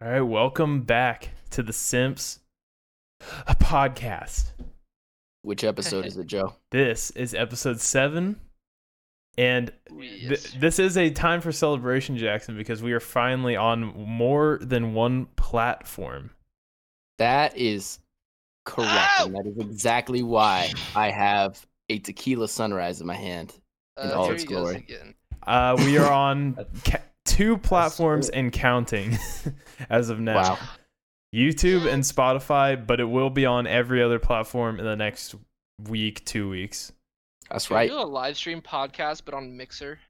All right, welcome back to the Simps podcast. Which episode is it, Joe? This is episode seven, and th- this is a time for celebration, Jackson, because we are finally on more than one platform. That is correct. And that is exactly why I have a tequila sunrise in my hand in Uh, all there its he goes glory. again. Uh, we are on ca- two platforms and counting as of now. Wow. YouTube and Spotify, but it will be on every other platform in the next week, two weeks. That's Can right. We do a live stream podcast, but on Mixer.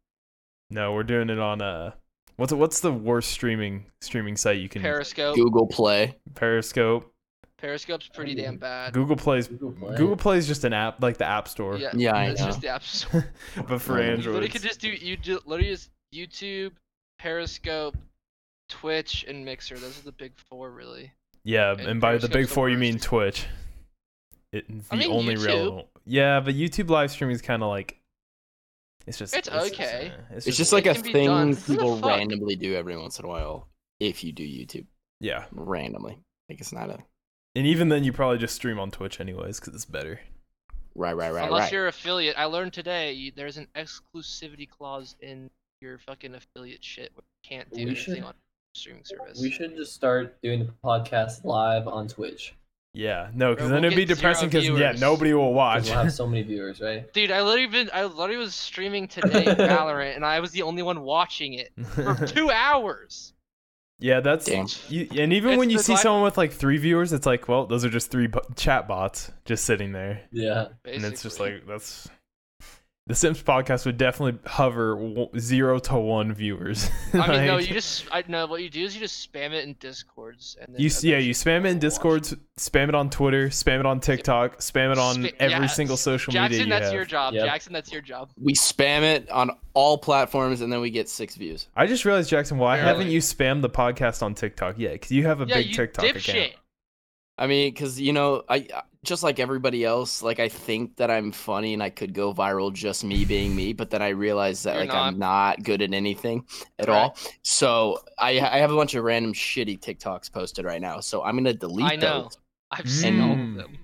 No, we're doing it on uh what's what's the worst streaming streaming site you can Periscope. Google Play. Periscope. Periscope's pretty damn bad. Google Play's Google Play. Google Play's just an app like the App Store, Yeah, Yeah, I it's know. just the app store. but for You you literally Android. could just do you do, literally just YouTube, Periscope, Twitch, and Mixer. Those are the big four, really. Yeah, and and by the Periscope's big the four you mean worst. Twitch. It's the I mean, only YouTube. real. Yeah, but YouTube live streaming is kind of like it's just It's just, okay. uh, It's just It like a can be done. thing Who the people fuck? randomly do every once in a while if you do YouTube yeah, randomly. Like it's not a and even then you probably just stream on Twitch anyways because it's better. right, right, right, Unless right. you're affiliate. I learned today you, there's an exclusivity clause in your fucking affiliate shit. Where you can't do We anything should- on streaming service. We should just start doing the podcast live on Twitch. Yeah, no, because Bro, then we'll it'd be get zero depressing because yeah, viewers. nobody will 'cause watch. We'll have so many viewers, right? Dude, I literally been I literally was streaming today Valorant, and I was the only one watching it for two hours. yeah, that's Damn. you, and even It's when you the see li- someone with like three viewers, it's like, well, those are just three bo- chat bots just sitting there, Yeah. and it's just basically. like that's. The Sims podcast would definitely hover w- zero to one viewers. I mean, no, Like, you just I no. What you do is you just spam it in discords and then you s- yeah, you eventually spam it in people will watch Discord, spam it on Twitter, spam it on TikTok, spam it on Spa- every yeah, single social Jackson, media you that's have. your job. Yep. Jackson, that's your job. We spam it on all platforms and then we get six views. I just realized, Jackson, why Barely. haven't you spammed the podcast on TikTok yet? Because you have a yeah, big you TikTok dipshit. account. I mean, because you know, I I- just like everybody else, like I think that I'm funny and I could go viral just me being me, but then I realize that You're like I'm not good at anything at all. So I I have a bunch of random shitty TikToks posted right now. So I'm gonna delete I know. those, I've seen all Mm. of them.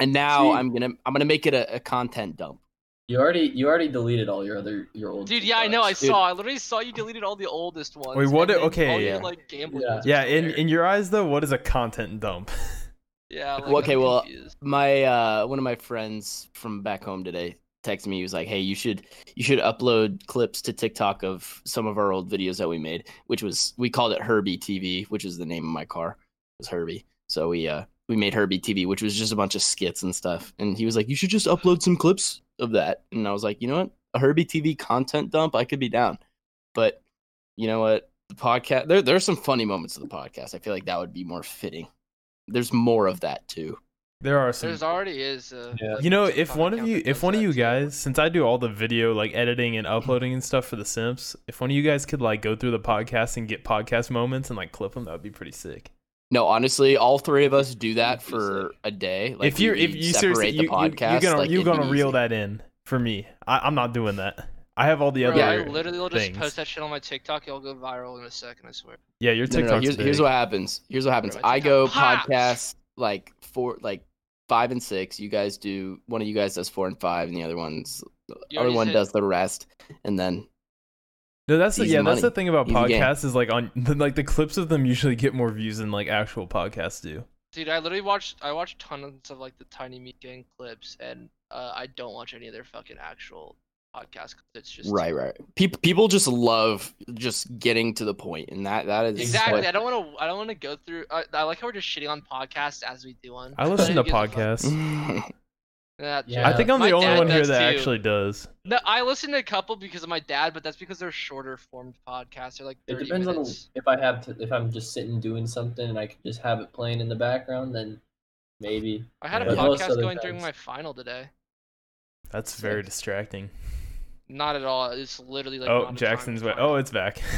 and now See? I'm gonna I'm gonna make it a, a content dump. You already you already deleted all your other your old Dude, yeah, I know. I TikToks. Dude. saw. I literally saw you deleted all the oldest ones. Wait, what and do- then okay, all your, yeah. like gambling. Yeah. ones Yeah, were in, there. in your eyes though, what is a content dump? yeah. Like, Okay, I'm well, confused. my uh one of my friends from back home today texted me he was like hey you should you should upload clips to tiktok of some of our old videos that we made which was we called it herbie tv which is the name of my car it was herbie so we uh we made herbie tv which was just a bunch of skits and stuff and he was like you should just upload some clips of that and i was like you know what a herbie tv content dump i could be down but you know what the podcast there, there are some funny moments of the podcast i feel like that would be more fitting there's more of that too There are some. there's already is. Uh, Yeah. you know, some if fucking one of account you, that if does one of that you too. guys, since I do all the video like editing and uploading and stuff for The Simps, if one of you guys could like go through the podcast and get podcast moments and like clip them, that would be pretty sick. No, honestly, all three of us do that Easy. for a day. if you we if you seriously separate the you, you, you're podcast, gonna like, you're it'd be gonna reel easy. that in for me. I, I'm not doing that. I have all the Bro, other. I literally will just things. post that shit on my TikTok. It'll go viral in a second. I swear. yeah, your No, no, no, TikTok's Here's, big. here's what happens. Here's what happens. Bro, my I go TikTok podcast like four, like five and six. You guys do one of you guys does four and five, and the other one's You other already one said- does the rest, and then No, that's the, Easy yeah, money. that's the thing about Easy game. podcasts is like on like the clips of them usually get more views than like actual podcasts do. Dude, I literally watched I watched tons of like the Tiny Meat Gang clips, and uh, I don't watch any of their fucking actual podcasts. 'cause It's just right, right. People people just love just getting to the point, and that that is Exactly. what- I don't want to. I don't want to go through. I, I like how we're just shitting on podcasts as we do one. I listen to Who gives a fuck? podcasts. Nah, Yeah. I think I'm My the only dad one here does that too. actually does. No, I listen to a couple because of my dad, but that's because they're shorter formed podcasts. They're like It 30 depends minutes. on if I have to, if I'm just sitting doing something and I can just have it playing in the background, then maybe. I had a Yeah. Most podcast other going during times. my final today. That's very distracting. Not at all. It's literally like. not a oh, time Jackson's for way. it. Oh, it's back.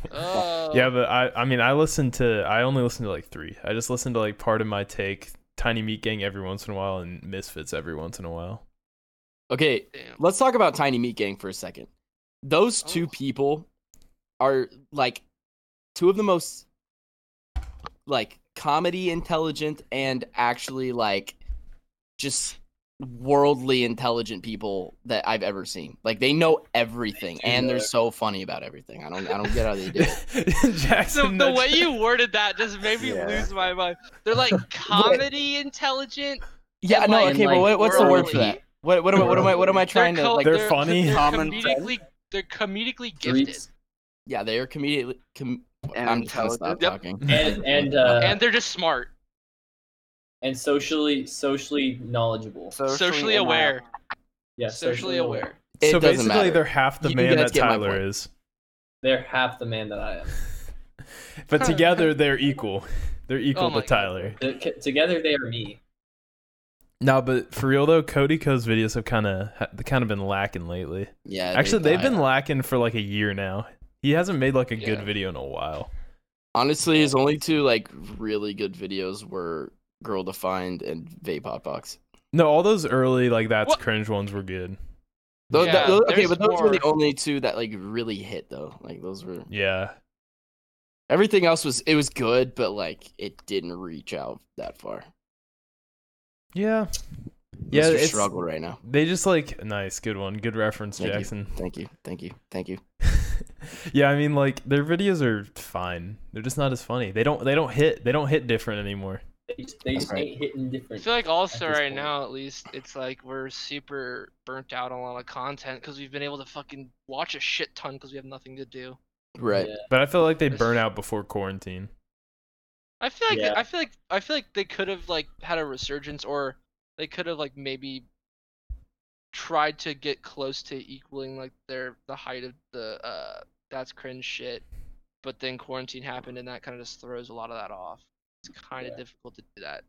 Oh. yeah, but I I mean I listen to I only listen to like three. I just listen to like part of my take, Tiny Meat Gang every once in a while, and Misfits every once in a while. Okay, Damn. Let's talk about Tiny Meat Gang for a second. Those two Oh. people are like two of the most like comedy intelligent and actually like just worldly intelligent people that I've ever seen. Like they know everything do and they're know so funny about everything. I don't I don't get how they do it. So Jackson, the that's- way you worded that just made me Yeah. lose my mind. They're like comedy intelligent. Yeah, And, no, like, okay, but what, what's the word for worldly. that? What what am I what am I what am I They're trying to co- like They're funny. They're Common comedically. They're comedically gifted, Streets yeah, they are comedically com- And I'm just gonna stop intelligent. talking. Yep. and and uh, and they're just smart, and socially socially knowledgeable. socially aware, Yeah, socially aware. It so doesn't basically, matter. they're half the You man guys that get my Tyler point. is, They're half the man that I am. but together they're equal. They're equal Oh to my God. Tyler. They're- c- Together they are me. No, but for real though, Cody Co's videos have kind of they kind of been lacking lately. Yeah. Actually, they've been I- lacking for like a year now. He hasn't made like a good Yeah. video in a while. honestly his only two like really good videos were Girl Defined and Vape Hotbox. No, all those early like that's What? cringe ones were good. Those, Yeah, those- okay, there's but those were the more. only two that like really hit though. Like those were Yeah, everything else was it was good, but like it didn't reach out that far. yeah, Yeah, Mr. it's- struggle right now. they just like nice, good one, good reference, Thank you. Jackson. Thank you, thank you, thank you. yeah, I mean like their videos are fine. They're just not as funny. They don't they don't hit they don't hit different anymore. They just, they just Right. ain't hitting I different. feel like also at this right point. now, at least, it's like we're super burnt out on a lot of content because we've been able to fucking watch a shit ton because we have nothing to do. Right. Yeah. But I feel like they This- burn out before quarantine. I feel like Yeah. I feel like I feel like they could have like had a resurgence, or they could have like maybe tried to get close to equaling like their the height of the uh that's cringe shit. But then quarantine happened, and that kind of just throws a lot of that off. It's kind of Yeah. difficult to do that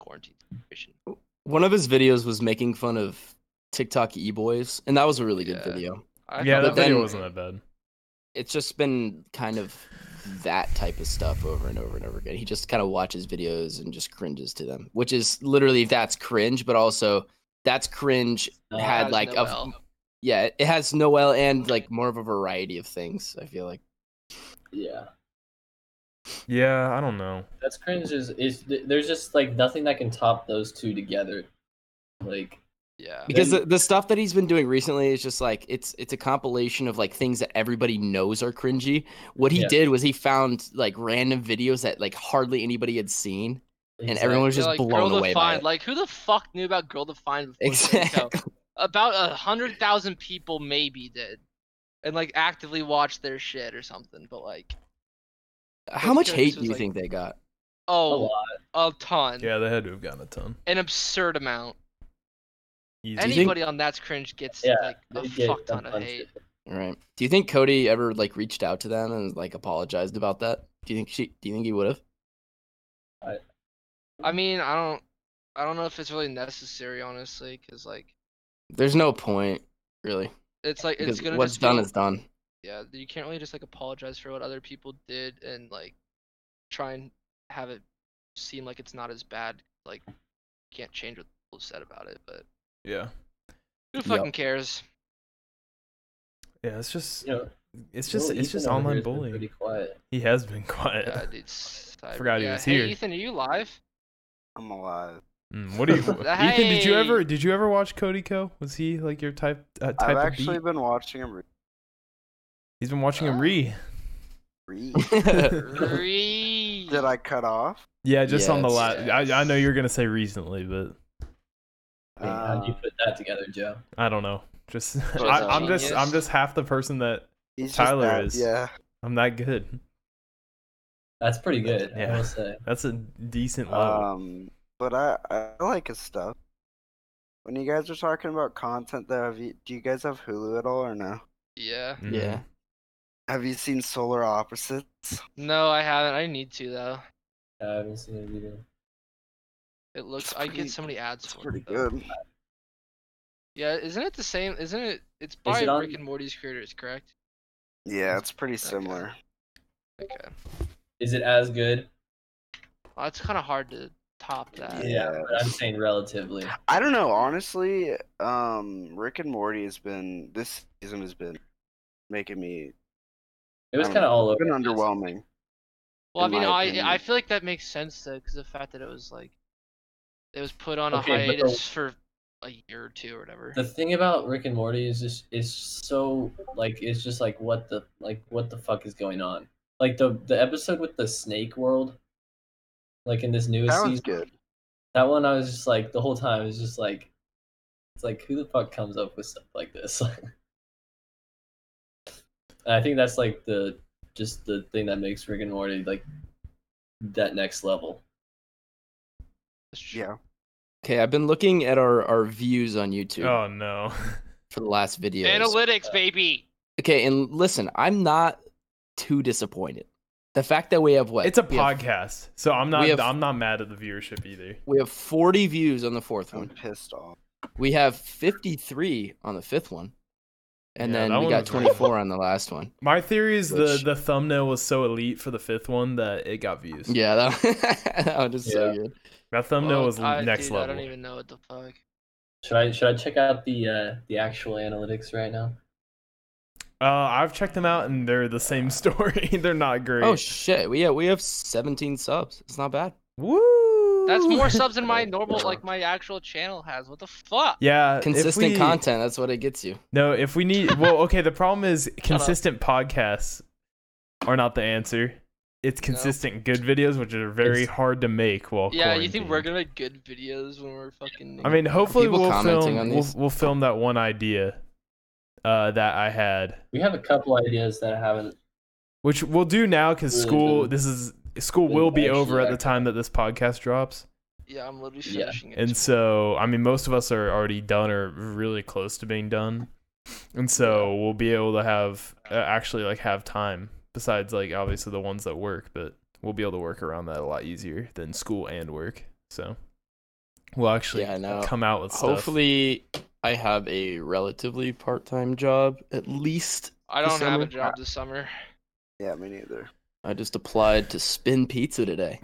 quarantine situation. One of his videos was making fun of TikTok e boys, and that was a really good Yeah. video. I yeah, thought that but video then- wasn't that bad. It's just been kind of that type of stuff over and over and over again. He just kind of watches videos and just cringes to them, which is literally that's cringe, but also that's cringe Uh, had has like no a help. yeah, it has Noel and like more of a variety of things. I feel like Yeah, Yeah, I don't know. that's cringe. Is is th- there's just like nothing that can top those two together. Like yeah. because Then- the, the stuff that he's been doing recently is just like it's it's a compilation of like things that everybody knows are cringy. What he Yeah. did was he found like random videos that like hardly anybody had seen, and everyone was They're just like, blown Girl away by Defined. it. Like, who the fuck knew about Girl Defined before? Zenko? exactly. About a hundred thousand people maybe did, and like actively watched their shit or something. But like, How much This hate do was, you like- think they got? a oh, lot. a ton, Yeah, they had to have gotten a ton. an absurd amount. Easy. think- Anybody on that's cringe gets Yeah, like a They get fuck a ton of bunch hate. Right? Do you think Cody ever like reached out to them and like apologized about that? Do you think she? Do you think he would have? I mean, I don't, I don't know if it's really necessary, honestly, because like, There's no point really. it's like it's because gonna what's just done be- is done. yeah you can't really just like apologize for what other people did and like try and have it seem like it's not as bad like you can't change what people said about it but yeah. who Yep. fucking cares Yeah, it's just You know, it's just Lil it's just Ethan over online here's been bullying. Pretty quiet. He has been quiet. yeah dude s- I forgot he yeah. was hey here. ethan are you live I'm alive. Mm, what do you Ethan, did you ever did you ever watch Cody Co? Was he like your type uh, type I've of actually beat? been watching him. He's been watching him re. Re- Re- Did I cut off? yeah, just on the Yes. last I, I know you're gonna say recently, but Wait, how do you Uh, put that together, Joe? I don't know. Just Just I, I'm genius. just I'm just half the person that he's just Tyler that- is. Yeah. I'm that good. That's pretty good. Yeah. I will say. That's a decent level. Um, but I I like his stuff. When you guys are talking about content, though, have you, do you guys have Hulu at all or no? yeah Mhm. yeah. Have you seen Solar Opposites? no i haven't i need to though I haven't seen it either. it looks It's i pretty- get so many ads It's for pretty it, though. good. yeah isn't it the same isn't it it's by it on- rick and morty's creators correct Yeah, it's pretty similar. okay Is it as good? well, it's kind of hard to top that yeah, but I'm saying relatively. I don't know, honestly. Um, Rick and Morty has been this season has been making me It was Um, kind of all over. been underwhelming. Well, I in mean, my I opinion. I feel like that makes sense though, because the fact that it was like, it was put on a Okay, but the- hiatus for a year or two or whatever. The thing about Rick and Morty is just is so like it's just like what the like what the fuck is going on? Like the the episode with the snake world, like in this newest That was season, good. that one I was just like the whole time it's just like it's like who the fuck comes up with stuff like this? and I think that's like the just the thing that makes Rick and Morty like that next level. That's true. Yeah. Okay, I've been looking at our, our views on YouTube Oh no. for the last videos. Analytics, baby. okay, and listen, I'm not too disappointed. The fact that we have what It's a we have- podcast, so I'm not. we have- I'm not mad at the viewership either. we have 40 views on the fourth I'm one. pissed off. We have 53 on the fifth one, and Yeah, that then we one got was really 24 on the last one. My theory is Which- the the thumbnail was so elite for the fifth one that it got views. Yeah, that, that one is so Yeah. good. that thumbnail Well, was I- next dude, I level. don't even know what the fuck. Should I should I check out the uh the actual analytics right now? Uh, I've checked them out and they're the same story. they're not great. Oh shit, we yeah we have 17 subs. It's not bad. Woo! That's more subs than my Oh, normal, yeah. like my actual channel has. What the fuck? Yeah, Uh, if Consistent we- content. That's what it gets you. No, if we need, well, okay. The problem is up. consistent podcasts are not the answer. It's consistent good videos, which are very It's- hard to make. While Yeah, you think we're quarantined. gonna make good videos when we're fucking? I mean, hopefully people we'll commenting film. on We'll, these? we'll film that one idea uh, that I had, We have a couple ideas that I haven't. which we'll do now because school. Mhm. This is school will be Actually, over at the actually. time that this podcast drops, yeah, I'm literally Yeah. finishing it. and so I mean, most of us are already done or really close to being done, and so we'll be able to have uh, actually like have time besides like obviously the ones that work, but we'll be able to work around that a lot easier than school and work. So we'll actually Yeah, I know. come out with stuff. Hopefully, I have a relatively part-time job. At least I don't have December. a job this summer. Yeah, me neither. I just applied to Spin Pizza today.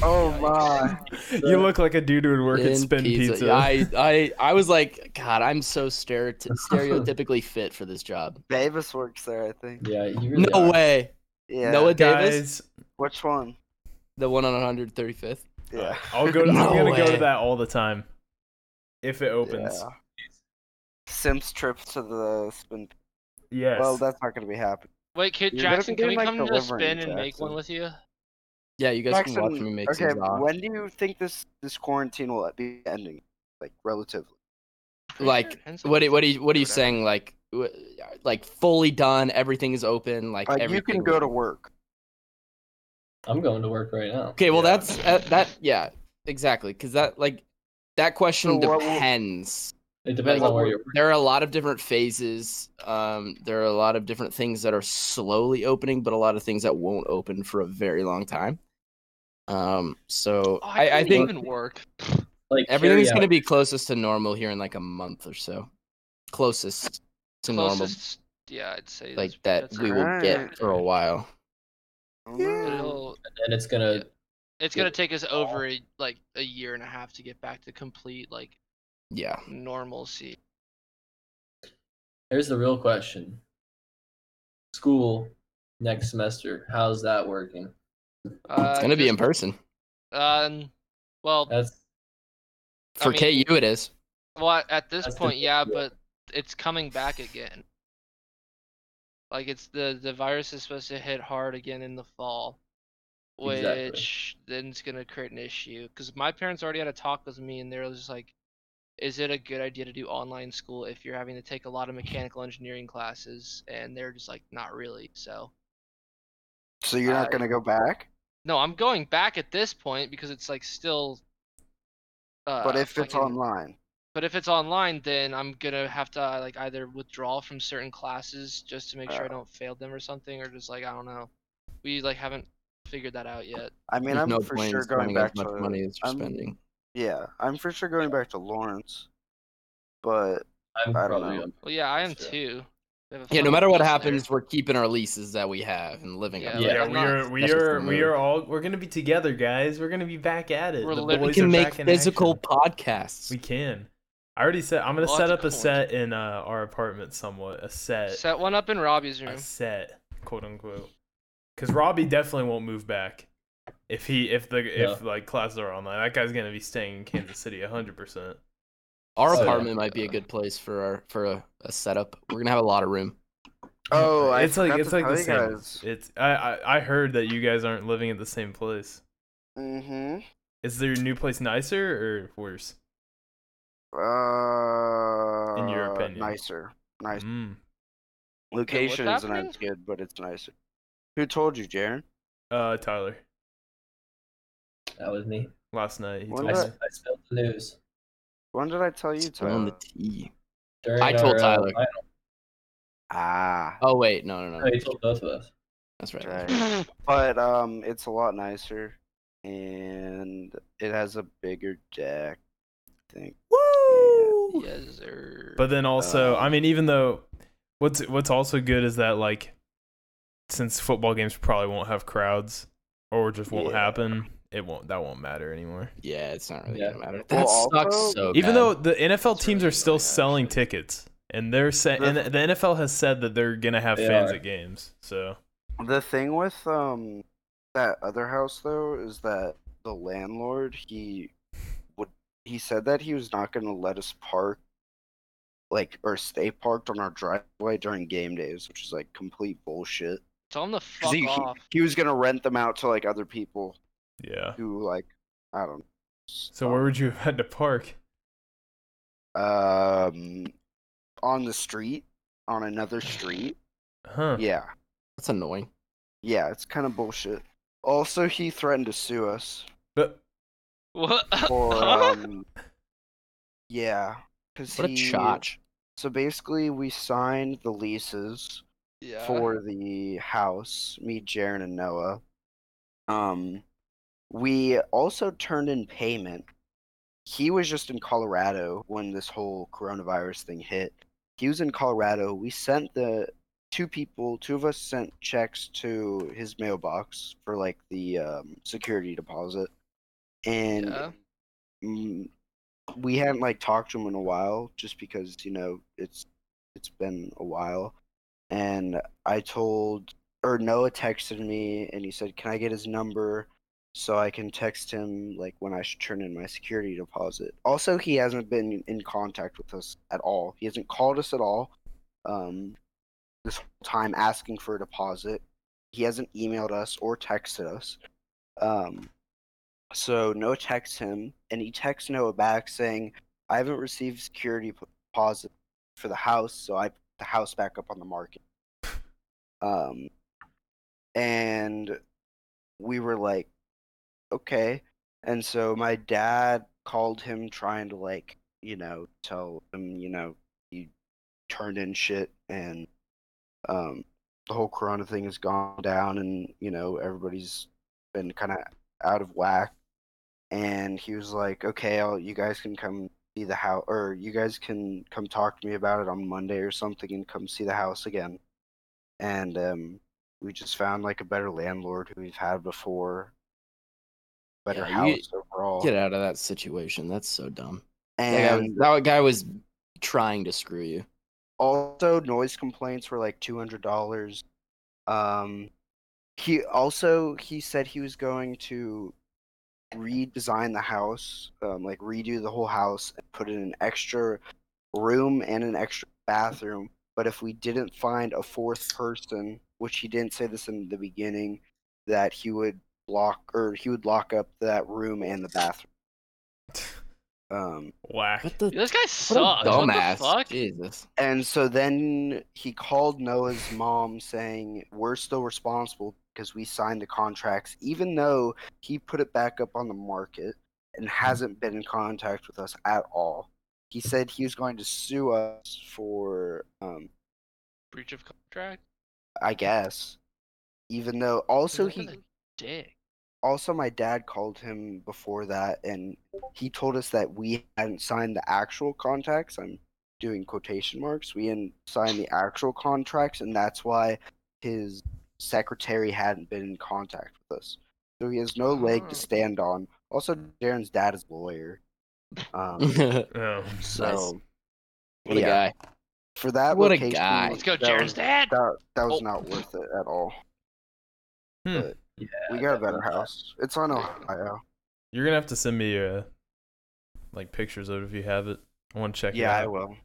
Oh yikes. my. you look like a dude who would work at Spin Pizza. Yeah, I, I, I was like, God, I'm so stereoty- stereotypically fit for this job. Davis works there, I think. Yeah, you really No are. way. Yeah. Noah Davis, Guys, Which one? the one on 135th. Yeah. I'll go. To, No I'm gonna go way. to that all the time if it opens. Yeah. Sim's trip to the spin. Yes. Well, that's not gonna be happening. Wait, kid You're gonna Jackson, be can we doing, like, come to a spin delivery, and make one Jackson. with you? Yeah, you guys can watch Jackson, me make okay, some off. when do you think this this quarantine will be ending? Like relatively. Like, What, are- what are you, what are you saying? Like, wh- like fully done. Everything is open. Like, Like Uh, you everything. can go to work. I'm going to work right now. Okay, well, Yeah. that's uh, that. Yeah, exactly. Because that, like, that question So what will- depends. It depends Like, on where you're. there are a lot of different phases. Um, there are a lot of different things that are slowly opening, but a lot of things that won't open for a very long time. Um, so Oh, I, I couldn't think even work. Like everything's going carry to be closest to normal here in like a month or so. Closest to normal, Closest, yeah, I'd say like that that's- that's we a- will Alright. get for a while. I don't Yeah. know. It'll- out, and it's gonna. It's gonna take us over a, like a year and a half to get back to complete like Yeah. normalcy. Here's the real question. School next semester. How's that working? Uh, it's going to be just- in person. Um, well, That's I For mean- KU, it is. well, at this that's the point, thing, yeah, yeah. but it's coming back again. Like it's the the virus is supposed to hit hard again in the fall, which Exactly. then it's gonna create an issue. Because my parents already had a talk with me, and they're just like, "Is it a good idea to do online school if you're having to take a lot of mechanical engineering classes?" And they're just like, "Not really." So. So you're not I- gonna go back? No, I'm going back at this point because it's like still. Uh, But if it's fucking- online, But if it's online, then I'm gonna have to uh, like either withdraw from certain classes just to make sure I Uh. don't fail them or something, or just like I don't know. We like haven't figured that out yet. I mean, There's I'm no for point in sure going spending back as much to money as you're I'm- spending. yeah, I'm for sure going back to Lawrence. But I'm I don't probably know. Well, yeah, I am Sure. too. We have a Yeah, no fucking matter what lease there. happens, we're keeping our leases that we have and living up. Yeah, Oh, yeah, to like, that. I'm we not- are. We that's just are. the We move. are all. We're gonna be together, guys. We're gonna be back at it. We're The literally- We boys can are make back in physical action. podcasts. We can. I already said I'm gonna Well, set that's up a cool. set in uh, our apartment somewhat. A set. Set one up in Robbie's room. A set, quote unquote. Because Robbie definitely won't move back if he if the if Yeah. like classes are online. That guy's gonna be staying in Kansas City hundred percent. Our So- apartment might be a good place for our for a, a setup. We're gonna have a lot of room. Oh, I it's like forgot it's to like tell the you same. guys. It's I, I I heard that you guys aren't living at the same place. Mm-hmm. Is their new place nicer or worse? Uh, your opinion. nicer, nice Mm. location what's isn't as happening? good, but it's nicer. Who told you, Jaron? Uh, Tyler, That was me. last night he What told I, me. about- s- I spilled the news. When did I tell you, Spilling Tyler? the tea. During I told our, uh, Tyler. I ah, Oh wait, no, no, no, don't know, he told both of us. That's right. that's right. right. but um, it's a lot nicer, and it has a bigger deck. I think. Woo! Yes, sir. But then also, Uh, I mean, even though what's what's also good is that like since football games probably won't have crowds or just won't Yeah. happen, it won't that won't matter anymore. Yeah, it's not really Yeah. gonna matter. That Well, sucks so. also- Even bad. though the NFL It's teams really are still annoying, selling actually. tickets, and they're saying, The- and the NFL has said that they're gonna have They fans are. at games. So The thing with um that other house though is that the landlord he would he said that he was not going to let us park like or stay parked on our driveway during game days, which is like complete bullshit. Tell him to 'Cause fuck he, he, off. he was going to rent them out to like other people yeah. who like I don't know. So where would you have had to park? um on the street on another street? Huh? Yeah. that's annoying. Yeah, it's kind of bullshit. Also, he threatened to sue us. But What? for um, yeah, because What a he. chotch. So basically, we signed the leases yeah. for the house. Me, Jaren, and Noah. Um, we also turned in payment. He was just in Colorado when this whole coronavirus thing hit. He was in Colorado. We sent the two people, two of us sent checks to his mailbox for like the um, security deposit. And Yeah. mm, we hadn't like talked to him in a while just because you know it's it's been a while and i told or noah texted me and he said can i get his number so i can text him like when i should turn in my security deposit also he hasn't been in contact with us at all he hasn't called us at all um this whole time asking for a deposit he hasn't emailed us or texted us um so Noah texts him, and he texts Noah back saying, "I haven't received security p- deposit for the house, so I put the house back up on the market." Um, and we were like, "Okay." And so my dad called him, trying to like, you know, tell him, you know, you turned in shit, and um, the whole Corona thing has gone down, and you know, everybody's been kind of out of whack and he was like okay I'll, you guys can come see the house or you guys can come talk to me about it on monday or something and come see the house again and um, we just found like a better landlord who we've had before better Yeah, you- house overall Get out of that situation. That's so dumb. That guy, was, and that guy was trying to screw you. also noise complaints were like $200 um he also he said he was going to redesign the house um, like redo the whole house and put in an extra room and an extra bathroom but if we didn't find a fourth person which he didn't say this in the beginning that he would block or he would lock up that room and the bathroom um whack. What the? Dude, this guy What a sucks. dumbass. What the fuck? Jesus. And so then he called Noah's mom saying, We're still responsible because we signed the contracts, even though he put it back up on the market and hasn't been in contact with us at all. He said he was going to sue us for, um, Breach of contract. I guess, even though also What he a dick. also my dad called him before that and he told us that we hadn't signed the actual contracts i'm doing quotation marks we hadn't signed the actual contracts and that's why his secretary hadn't been in contact with us so he has no leg Oh. to stand on also darren's dad is a lawyer um, what Oh. so a guy. for that What a location, guy. was- Let's go, that was- Jaren's dad. that, that was Oh. not worth it at all Hmm. But Yeah, we got a that better one. house. It's on There you go. Ohio. You're gonna have to send me uh like pictures of it if you have it. I want to check Yeah, it I out. will.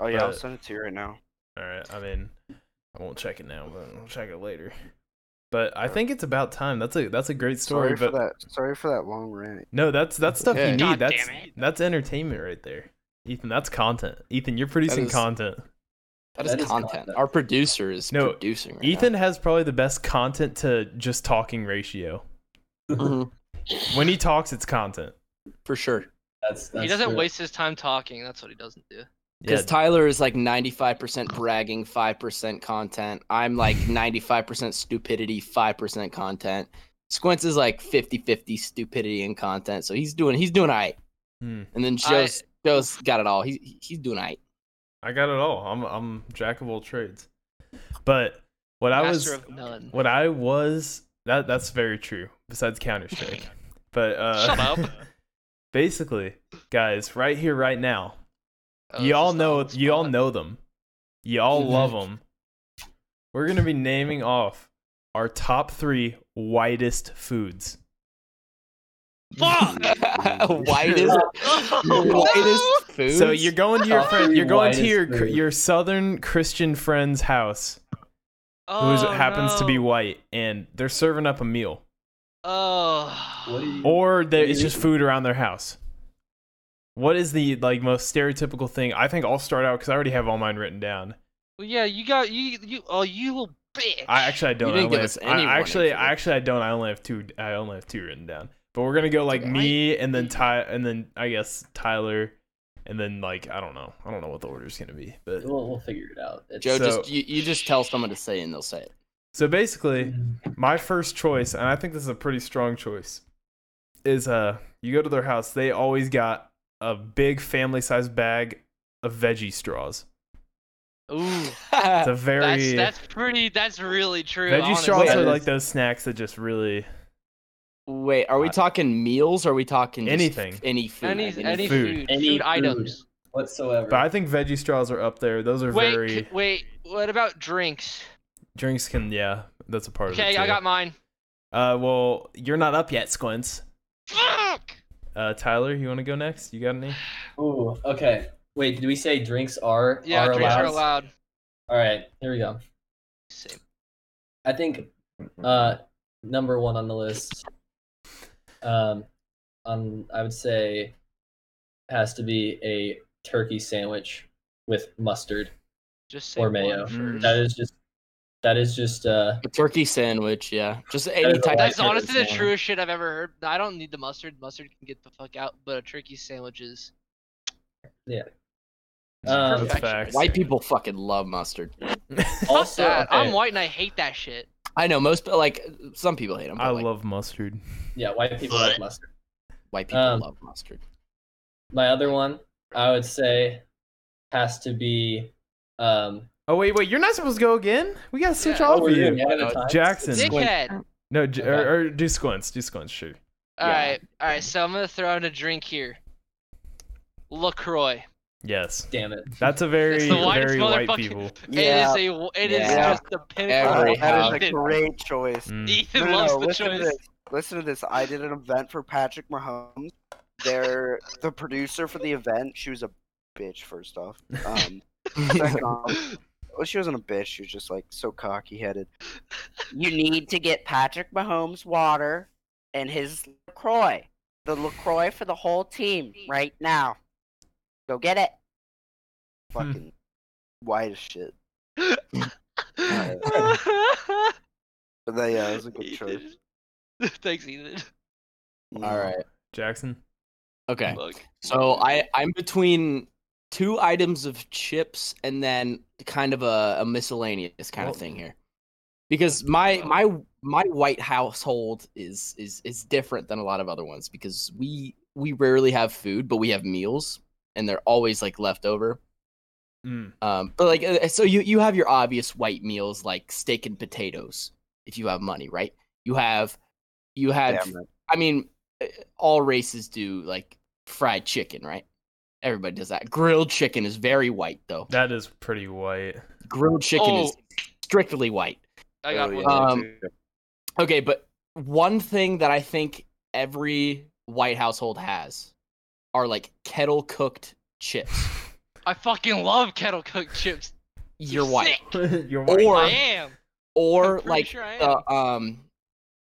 Oh yeah, I'll But- send it to you right now. All right. I mean, I won't check it now, but I'll check it later. But I think it's about time. That's a that's a great story. but sorry for that. Sorry for that long rant. no, that's that's stuff Okay. you need. God damn that's it. that's entertainment right there, Ethan. That's content. Ethan, you're producing is- content. That is, That is content. content. Our producer is No, producing. Right Ethan has probably the best content to just talking ratio. now. Mm-hmm. Mhm, When he talks, it's content. for sure. That's, that's he doesn't true. waste his time talking. That's what he doesn't do. Yeah, Because Tyler is like 95% bragging, 5% content. I'm like 95% stupidity, 5% content. Squints is like 50-50 stupidity and content. So he's doing he's doing all right. Hmm. And then Joe's Joe's got it all. He he's doing all right. I got it all. I'm I'm jack of all trades. But what I was Master of none. what I was that that's very true. Besides Counter Strike, but uh, Shut up. basically, guys, right here, right now, Oh, this you all is the know old you all spot. know them, you all Mhm. love them. We're gonna be naming off our top three whitest foods. Fuck! Whitest No! whitest food. So you're going to your Top friend, three you're going to whitest your cr- foods. your Southern Christian friend's house, who is, Oh, happens to be no. white, and they're serving up a meal. Oh. What do you- or they- What do it's you just eat? food around their house. What is the like most stereotypical thing? I think I'll start out because I already have all mine written down. Well, yeah, you got you you oh you little bitch. I actually I don't. didn't I only give us have- I- any I actually, warning for I this. actually I don't. I only have two. I only have two written down. But we're gonna go like okay. me and then Ty and then I guess Tyler, and then like I don't know. I don't know what the order's gonna be. But We'll, we'll figure it out. It's- Joe So- just you, you just tell someone to say it and they'll say it. so basically, mm, my first choice, and I think this is a pretty strong choice, is uh you go to their house, they always got a big family sized bag of veggie straws. Ooh, It's a very that's that's pretty. That's really true. veggie honestly. straws Wait, are is- like those snacks that just really Wait, are we I- talking meals? Or are we talking just Anything. Any food? any like any food. food, Any food food. items. whatsoever. but I think veggie straws are up there. Those are Wait, very c- wait. What about drinks? drinks can yeah, that's a part of it. Okay, I too. got mine. Uh well, you're not up yet, Squints. Fuck. Uh Tyler, you wanna go next? You got any? Ooh, okay. Wait, did we say drinks are Yeah, are drinks allowed? are allowed. All right, here we go. Same. I think uh number one on the list. Um, on I would say has to be a turkey sandwich with mustard. Just say Or one mayo. Mm. first. That is just that is just uh A turkey sandwich, yeah. Just any is type. allowed. of That's That's what honestly the it's on. truest shit I've ever heard. I don't need the mustard. Mustard can get the fuck out. But a turkey sandwich is Um, That's perfect. facts. White people fucking love mustard. also that. okay, I'm white and I hate that shit. I know most, but like some people hate them. I like, love mustard. yeah white people like mustard. white people um, love mustard. My other one I would say has to be um Oh wait, wait, you're not supposed to go again? We gotta switch Yeah. off we're of doing you. one at a time? Jackson. Dickhead. No, j- Okay. or, or do squints. Do squints. Sure. All Yeah. right, all right. So I'm gonna throw in a drink here. Lacroix. Yes, Damn it. that's a very It's the whitest very white motherfucking- people. Yeah. It is a. It is Yeah. just the pinnacle. Every of that house. is a Ethan. great choice. Mm. Ethan no, loves no, the listen to choice. this. Listen to this. I did an event for Patrick Mahomes. They're the producer for the event. She was a bitch, first off. Um, second off, well, she wasn't a bitch. She was just like so cocky headed. You need to get Patrick Mahomes water and his LaCroix. The LaCroix for the whole team right now. Go get it. Hmm. Fucking white as shit. But that, yeah, that was a good choice. Ethan. Thanks, Ethan. All right. Jackson. Okay. Fuck. So I I'm between two items of chips and then kind of a, a miscellaneous kind of Well- thing here, because my my my white household is is is different than a lot of other ones because we we rarely have food but we have meals and they're always like leftover. Mm. Um, but like uh, so you you have your obvious white meals like steak and potatoes if you have money, right? You have you have Yeah, man. I mean, uh, all races do like fried chicken, right? Everybody does that. Grilled chicken is very white, though. That is pretty white. Oh. Grilled chicken is strictly white. I got Oh, one. yeah, Um, dude. Okay, but one thing that I think every white household has are like kettle cooked chips. I fucking love kettle cooked chips. You're white, sick. You're Or- I am. I'm or pretty like sure I am. the um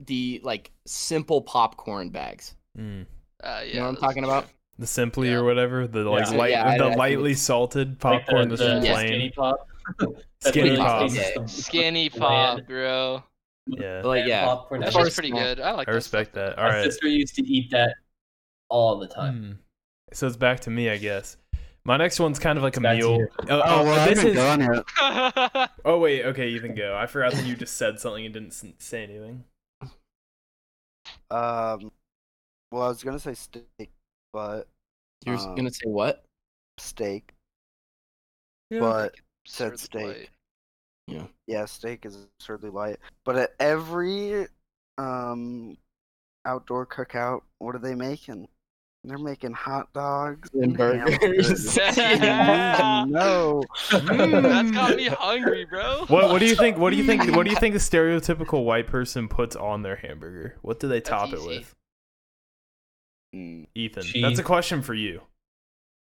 the like simple popcorn bags. Mm. Uh, yeah, You know what I'm those- talking about? The simply Yeah. or whatever, the like Yeah. light, Yeah, I- the I think lightly salted popcorn like that's the, the just yeah. plain skinny pop. That's skinny what it pop. tastes Okay. like. Skinny Bland. pop, bro. Yeah, But, like yeah, Popcorn. That That's shit's just- pretty small. good. I like. I that respect stuff. that. All My right. sister used to eat that all the time. Hmm. So it's back to me, I guess. My next one's kind of like a Back to meal. you. Oh, oh, this is- it. Oh wait, okay, you can go. I forgot that you just said something and didn't s- say anything. Um, well, I was gonna say steak, but You're Um, gonna say what? steak, Yeah. but Serve Said the steak. plate. yeah, steak is absurdly light. But at every um outdoor cookout, what are they making? They're making hot dogs And burgers. Yeah. no, That's got me hungry, bro. What what do you think? What do you think? What do you think the stereotypical white person puts on their hamburger? What do they That's top it easy. Hmm. with? Mm, Ethan, Cheese. that's a question for you.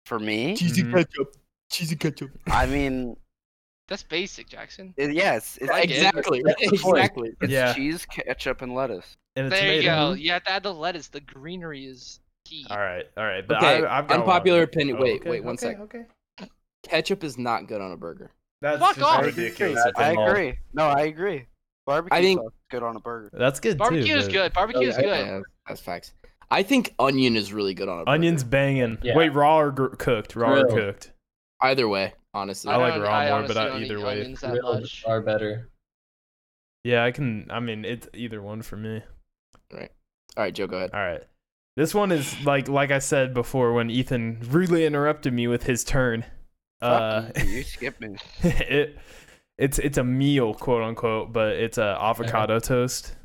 for me, Cheese and Mhm. ketchup. Cheese and ketchup. I mean, That's basic, Jackson. it, yes, it's, Right, Exactly. That's the point. Exactly. it's Yeah. cheese, ketchup, and lettuce. And a there you tomato. go. You have to add the lettuce. The greenery is key. All right, all right. But Okay. I, I've got unpopular one. opinion. Oh, wait, okay, wait, one okay, second. Okay. Ketchup is not good on a burger. That's Fuck just off. ridiculous. if I I'm all- agree. No, I agree. Barbecue I think- sauce is good on a burger. That's good Barbecue too. is but good. Barbecue is Okay. good. Oh, Yeah, that's facts. I think onion is really good on a burger. Onions banging. Yeah. Wait, raw or gr- cooked? Raw or Grilled. cooked? Either way, honestly. I like don't- raw more, but honestly I- don't eat either way. onions Hmm. that Grilled much. are better. Yeah, I can. I mean, it's either one for me. All right, Joe, go ahead. All right. This one is like like I said before when Ethan rudely interrupted me with his turn. Uh, Fuck you, you skip me. it it's it's a meal, quote unquote, but it's a avocado toast.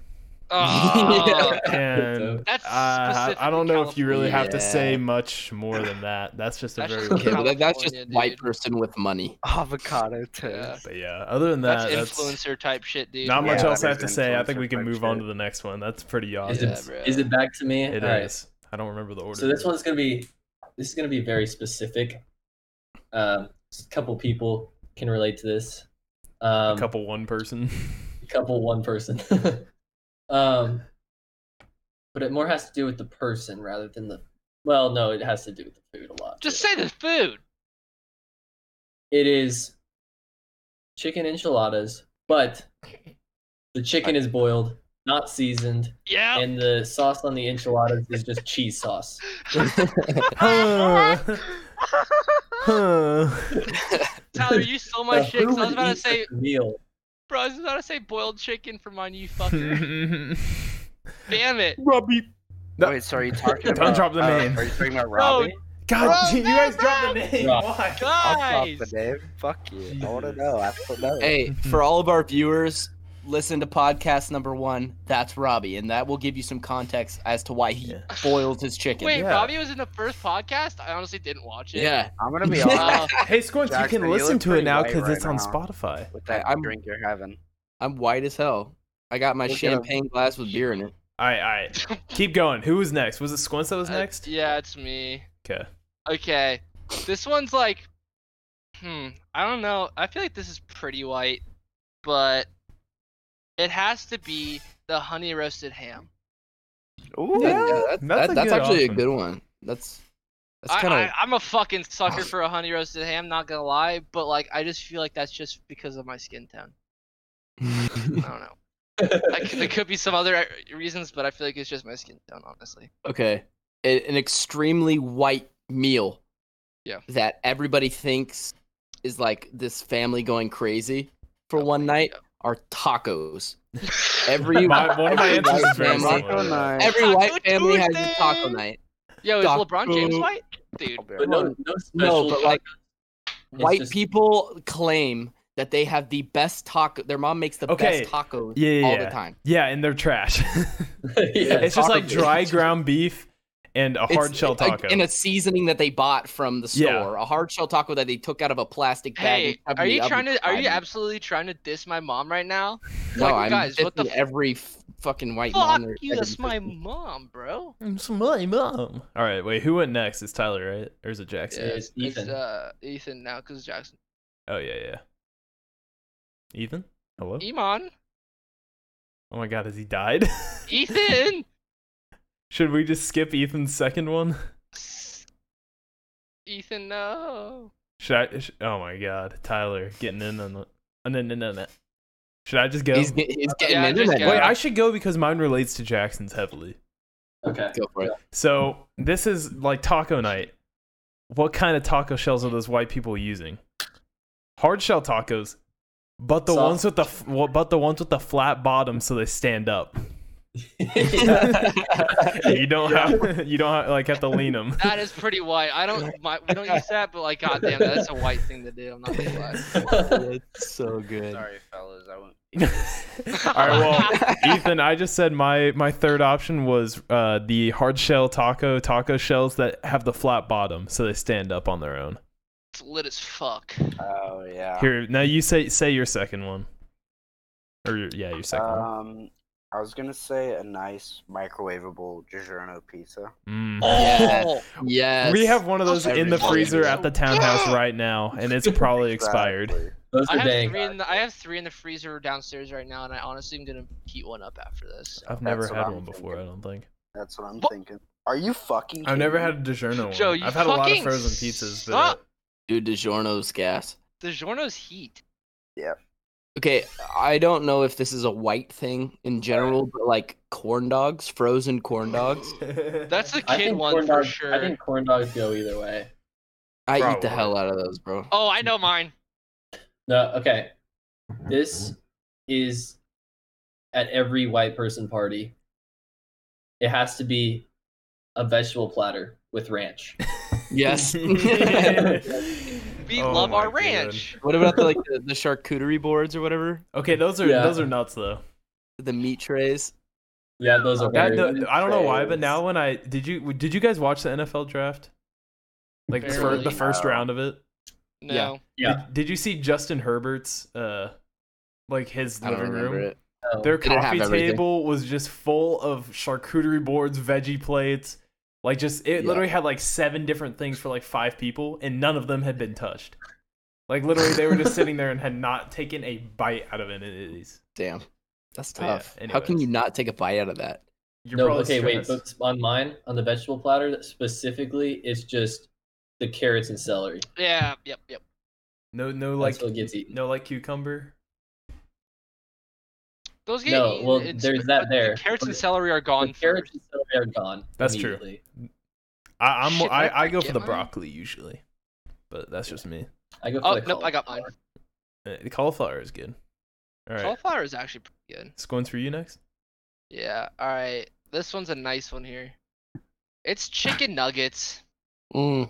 Oh, And that's uh, I, I don't know if you really have to Yeah. say much more than that. That's just a That's very just Okay, but that, that's just California, white dude. person with money. Avocado toast. Yeah. but yeah. Other than That's that, that's, influencer type shit, dude. not much Yeah, else I that have to is say. I think influencer we can type move on shit. to the next one. That's pretty Is, obvious. Oh, Yeah, it, bro. is it back to me? It All right. is. I don't remember the order. So this one's gonna be this is gonna be very specific. Um, just a couple people can relate to this. Um, a couple one person. a couple one person. um, but it more has to do with the person rather than the. Well, no, it has to do with the food a lot. Just too. say the food. it is chicken enchiladas, but the chicken is boiled, not seasoned, Yeah. and the sauce on the enchiladas is just cheese sauce. Huh. Huh. Tyler, you stole my Now, shit. 'cause who I was would about to eat say, such a meal. bro, I was about to say boiled chicken for mine, you Don't fucker. Damn it. Robbie. No. Wait, so are you talking about? drop the uh, name. Are you talking about Bro, Robbie? God, Bro, you guys no, dropped the bro. name. Drop. Why? I'll drop guys. the name. Fuck you. I want to Jesus. know. I want to know. Hey, for all of our viewers, listen to podcast number one. That's Robbie, and that will give you some context as to why he Yeah. boils his chicken. Wait, Yeah. Robbie was in the first podcast? I honestly didn't watch it. yeah, I'm gonna be honest Uh, Hey, Squints, you Jackson, can you listen look to it pretty now white because right it's on now. Spotify. with that I'm- drink you're having. I'm white as hell. I got my Look at champagne glass with beer in it. All right, all right. Keep going. Who was next? Was it Squints that was Uh, next? yeah, it's me. Okay. Okay. This one's like hmm, I don't know. I feel like this is pretty white, but it has to be the honey roasted ham. Ooh. Yeah, that- that's that- a that's good actually option. a good one. That's that's I, kind of I, I'm a fucking sucker for a honey roasted ham, not gonna lie, but like I just feel like that's just because of my skin tone. I don't know. Like, there could be some other uh, reasons, but I feel like it's just my skin tone, honestly. okay. A- an extremely white meal. Yeah. That everybody thinks is like this family going crazy for Oh, one night yeah. are tacos. Every My, one of my every answers white is very family- Taco similar. night. Every white Taco family has a Tuesday! taco night. Yo, is Doc- LeBron James white? Dude. But no, no special. No, but like It's white just- people claim that they have the best taco. Their mom makes the Okay. best tacos Yeah, yeah, all yeah. the time. Yeah, and they're trash. yeah. it's just Taco like Bell. dry ground beef and a hard shell taco. in a seasoning that they bought from the store. Yeah. A hard shell taco that they took out of a plastic bag. Hey, and are you shoved in trying the to? Are oven. you absolutely trying to diss my mom right now? No, like, I'm guys, what the dissing every f- fucking white Fuck mom. there- you, that's every- my mom, bro. It's Mm, my mom. All right, wait, who went next? It's Tyler, right? Or is it Jackson? Yeah, it's Ethan. uh, Ethan now, cause Jackson. Oh yeah, yeah. Ethan? Hello? E- Iman, Oh my god, has he died? E- Ethan. Should we just skip Ethan's second one? Ethan, no. Should I? Sh- oh my god, Tyler getting in on the. uh, No, no, no, no. Should I just go? He's, get- he's getting Yeah, into just that. get Wait, Yeah. I should go because mine relates to Jackson's heavily. Okay. Go for it. So this is like taco night. What kind of taco shells are those white people using? Hard shell tacos, but the Soft. ones with the f- well, but the ones with the flat bottom so they stand up. You don't have you don't have, like have to lean them. That is pretty white. I don't. My, we don't use that, but like, goddamn, that's a white thing to do. I'm not gonna lie. That's so good. Sorry, fellas. I went. All right, well, Ethan, I just said my my third option was uh, the hard shell taco taco shells that have the flat bottom, so they stand up on their own. It's lit as fuck. Oh yeah. Here, now you say say your second one, or your, yeah, your second Uh, one. Um, I was gonna say a nice microwavable DiGiorno pizza. Mm. Yes. Oh, Yes. We have one of those in the Everything. freezer at the townhouse right now, and it's probably expired. Exactly. Those I are have dang. three. In the, I have three in the freezer downstairs right now, and I honestly am gonna heat one up after this. I've never That's what had I'm one before. I thinking. don't think That's what I'm What? thinking. Are you fucking? I've never kidding had a DiGiorno one. Joe, you I've had a lot of fucking frozen pizzas, but suck. Dude, DiGiorno's gas. The Giorno's heat. Okay, I don't know if this is a white thing in general, but like corn dogs, frozen corn dogs, That's the I kid think one corn for dogs. sure. I think corn dogs go either way. I eat Probably. the hell out of those, bro. Oh, I know mine. No, okay. This is at every white person party. It has to be a vegetable platter with ranch. Yes. We Oh love my our God. ranch. what about the, like the, the charcuterie boards or whatever, Okay, those are Yeah. those are nuts though. the meat trays? Yeah, those are That, very the- I don't know why, but now when I did you did you guys watch the NFL draft? Like the, fir- Barely. the first No. round of it. No. Yeah. Yeah. Did, did you see Justin Herbert's uh like his I don't living remember room? it. Oh, Their Did it have coffee everything? table was just full of charcuterie boards, veggie plates. Like just it Yeah. literally had like seven different things for like five people and none of them had been touched. Like literally they were just sitting there and had not taken a bite out of any of these. Damn, that's But yeah, tough. How can anyways. you not take a bite out of that? You're no, probably okay, wait. stressed. But on mine, on the vegetable platter specifically, it's just the carrots and celery. Yeah. Yep. Yep. no no like That's what gets eaten. no like cucumber. Those get No, eaten. well, it's- there's but that the there. carrots and But celery are gone the carrots first. and celery are gone. That's true. immediately. I, I'm Shit, did I I, I go for forget the mine? broccoli usually, but that's just me. I go for Oh the nope, I got mine. cauliflower. Uh, the cauliflower is good. All right, Cauliflower is actually pretty good. it's going for you next. Yeah. All right. This one's a nice one here. It's chicken nuggets. Mm.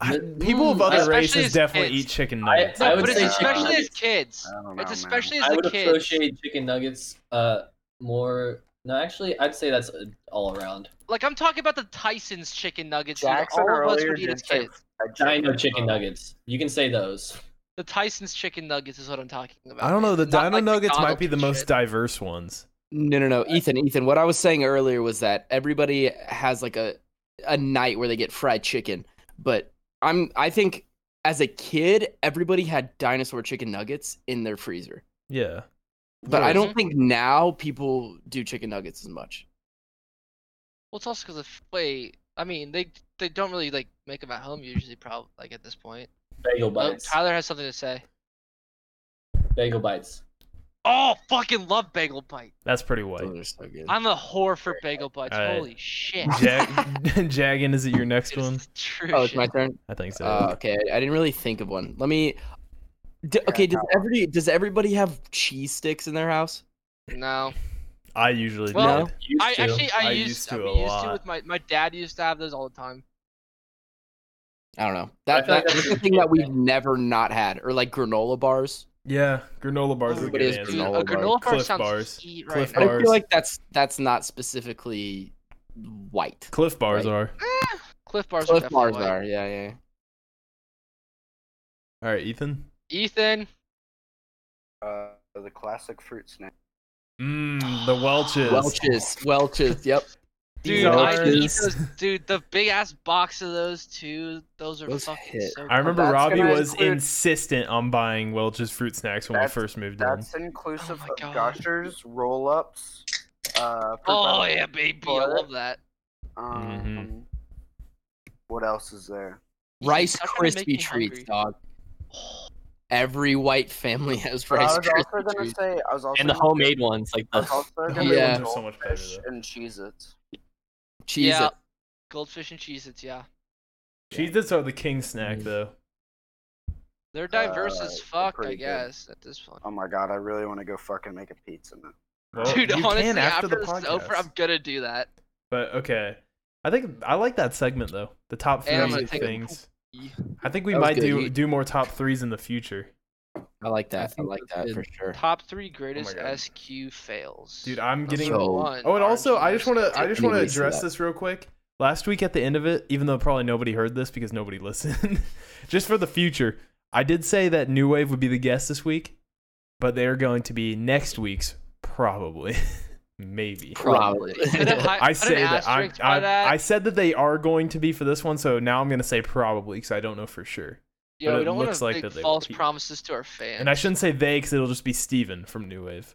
I- Mm, People of other especially races as definitely kids. eat chicken I- nuggets. I No, would but it's say chicken especially as nuggets. kids. I don't know, It's Oh, man. especially I as would a kid. associate chicken nuggets. Uh, more. No, actually, I'd say that's uh, all around. Like I'm talking about the Tyson's chicken nuggets. dude. Jackson All of us earlier would eat did as say- kids. A Dino chicken nugget. nuggets. You can say those. The Tyson's chicken nuggets is what I'm talking about. I don't know. man. The Not, Dino like, Nuggets might McDonald's be the and most shit. diverse ones. No, no, no, Ethan, Ethan. What I was saying earlier was that everybody has like a a night where they get fried chicken, but I'm I think as a kid everybody had dinosaur chicken nuggets in their freezer, Yeah, but I Yeah. don't think now people do chicken nuggets as much. Well, it's also because of wait. I mean, they they don't really like make them at home usually. Probably like at this point. Bagel Oh, bites. Tyler has something to say. Bagel bites. Oh, fucking love bagel bite. that's pretty white. Those are so good. I'm a whore for bagel bites. Alright. Holy shit. Jag- Jagan, is it your next Dude, one? it's the true Oh, it's my shit. turn. I think so. Uh, okay, I didn't really think of one. Let me. D- I okay, got does every does everybody have cheese sticks in their house? No. I usually Well, do. Used I to. actually I, I used, used I to a mean, used to lot. with my my dad used to have those all the time. I don't know. That, feel like that- that's that's a the thing that we've never not had, or like granola bars. Yeah, granola bars is a good Everybody has answer. Dude, granola a bars. granola bar Cliff sounds bars. heat Cliff right now. I Bars. feel like that's that's not specifically white. Cliff bars Right. are. Eh, Cliff bars are Cliff definitely bars white. are, yeah, yeah. All right, Ethan. Ethan, Uh, the classic fruit snack. Mmm, the Welches. Welches, Welches, yep. These dude, I are- eat those, dude, the big ass box of those two. Those are Those fucking hit. so. I remember That's Robbie gonna was include- insistent on buying Welch's fruit snacks when we That's- first moved in. That's inclusive Oh my of God. gushers, roll ups. Uh, fruit Oh basket, yeah, baby, I butter. love that. Um, Mhm. Mm-hmm. What else is there? Rice That's gonna make me Krispie treats, hungry. dog. Every white family has But Rice I was also Krispie gonna treats, say I was also and the gonna say- homemade ones, like I was the also gonna homemade say ones are so much better, goldfish though. and cheese it. cheese. Yeah. it. Goldfish and Cheez-Its, yeah. Cheez-Its are the king snack, Mm. though. They're diverse Uh, as they're fuck, I pretty good. guess, at this point. Oh my god, I really want to go fucking make a pizza now. Well, Dude, Oh, you honestly, can after, the this podcast. is over, uh, I'm gonna do that. But okay, I think I like that segment though. The top And I'm three gonna take a things. I think we That was might good. do You- do more top threes in the future, I like I that. I, think like that's that good. for sure. Top three greatest Oh God. SQ fails. dude. I'm getting. So- oh, and also I just want to I Didn't just want to even see address that. this real quick. Last week at the end of it, even though probably nobody heard this because nobody listened, just for the future, I did say that New Wave would be the guest this week, but they are going to be next week's probably, maybe. Probably. Put a hi- I put an say that I, asterisk by I, that. I said that they are going to be for this one, so now I'm going to say probably because I don't know for sure. yeah, but we it don't want looks to like make that they false repeat. promises to our fans. And I shouldn't say they because it'll just be Steven from New Wave,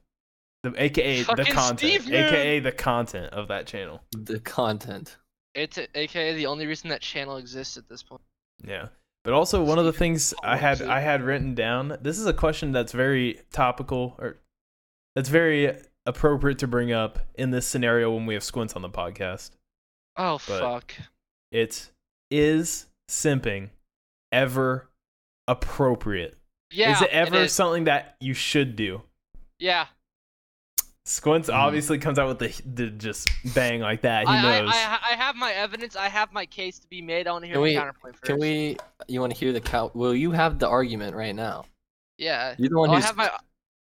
the AKA the Fucking content, Steven! AKA the content of that channel. The content. It's a, aka the only reason that channel exists at this point. Yeah. But also one of the Steven things I had Pawlowski. I had written down. This is a question that's very topical or that's very appropriate to bring up in this scenario when we have squints on the podcast. Oh But- fuck. It's is simping ever appropriate? Yeah. is it ever is. something that you should do? Yeah. Squints Mhm. obviously comes out with the, the just bang like that. He Mm-hmm. I, I, knows. I, I have my evidence. I have my case to be made. I want to hear Can the we- counterpoint first. Can we? You want to hear the count? Well, you have the argument right now. Yeah. You're the one Oh, I who's. have my.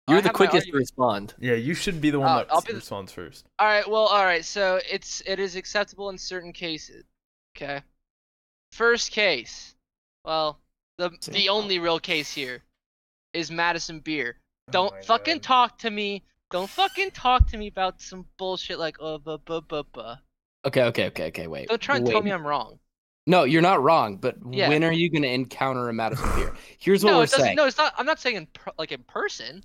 you're I the have my quickest to argument. respond. yeah, you should be the one Oh, that I'll be the- responds first. All right. Well. All right. So it's it is acceptable in certain cases. Okay. First case. Well, the the only real case here is Madison Beer. Oh Don't fucking talk to me. Don't fucking talk to me about some bullshit like oh bu bu bu bu. Okay, okay, okay, okay. Wait. Don't try and tell wait. me I'm wrong. No, you're not wrong. But Yeah. when are you going to encounter a Madison beer? Here's what No, we're it doesn't. saying. No, it's not. I'm not saying in per, like in person.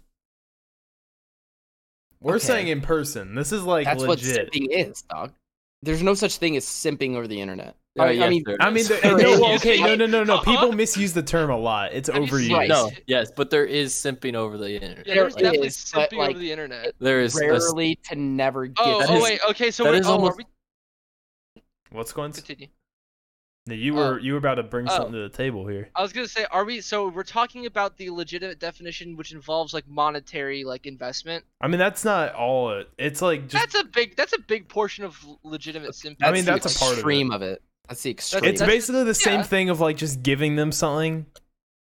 We're Okay. saying in person. This is like That's what legit. simping is, dog. There's no such thing as simping over the internet. Oh, Uh, Oh, I, I yes, mean, there I mean, is. the, Sorry. no, well, okay, no, no, no, no. Huh? People misuse the term a lot. It's Have you overused. seen- Right. No, yes, but there is simping over the internet. Yeah, There there's definitely is, but, simping like, over the internet. there is. a s- rarely to never get. Oh, that oh is- wait. Okay, so that we're, is oh, almost- are we What's going? continue? No, you were you were about to bring oh. something to the table here. I was gonna say, are we? So we're talking about the legitimate definition, which involves like monetary like investment. I mean, that's not all. It, it's like just that's a big. That's a big portion of l- legitimate simping. I mean, the that's a part of it. extreme of it. That's the extreme. it's that's- basically the same yeah. thing of like just giving them something,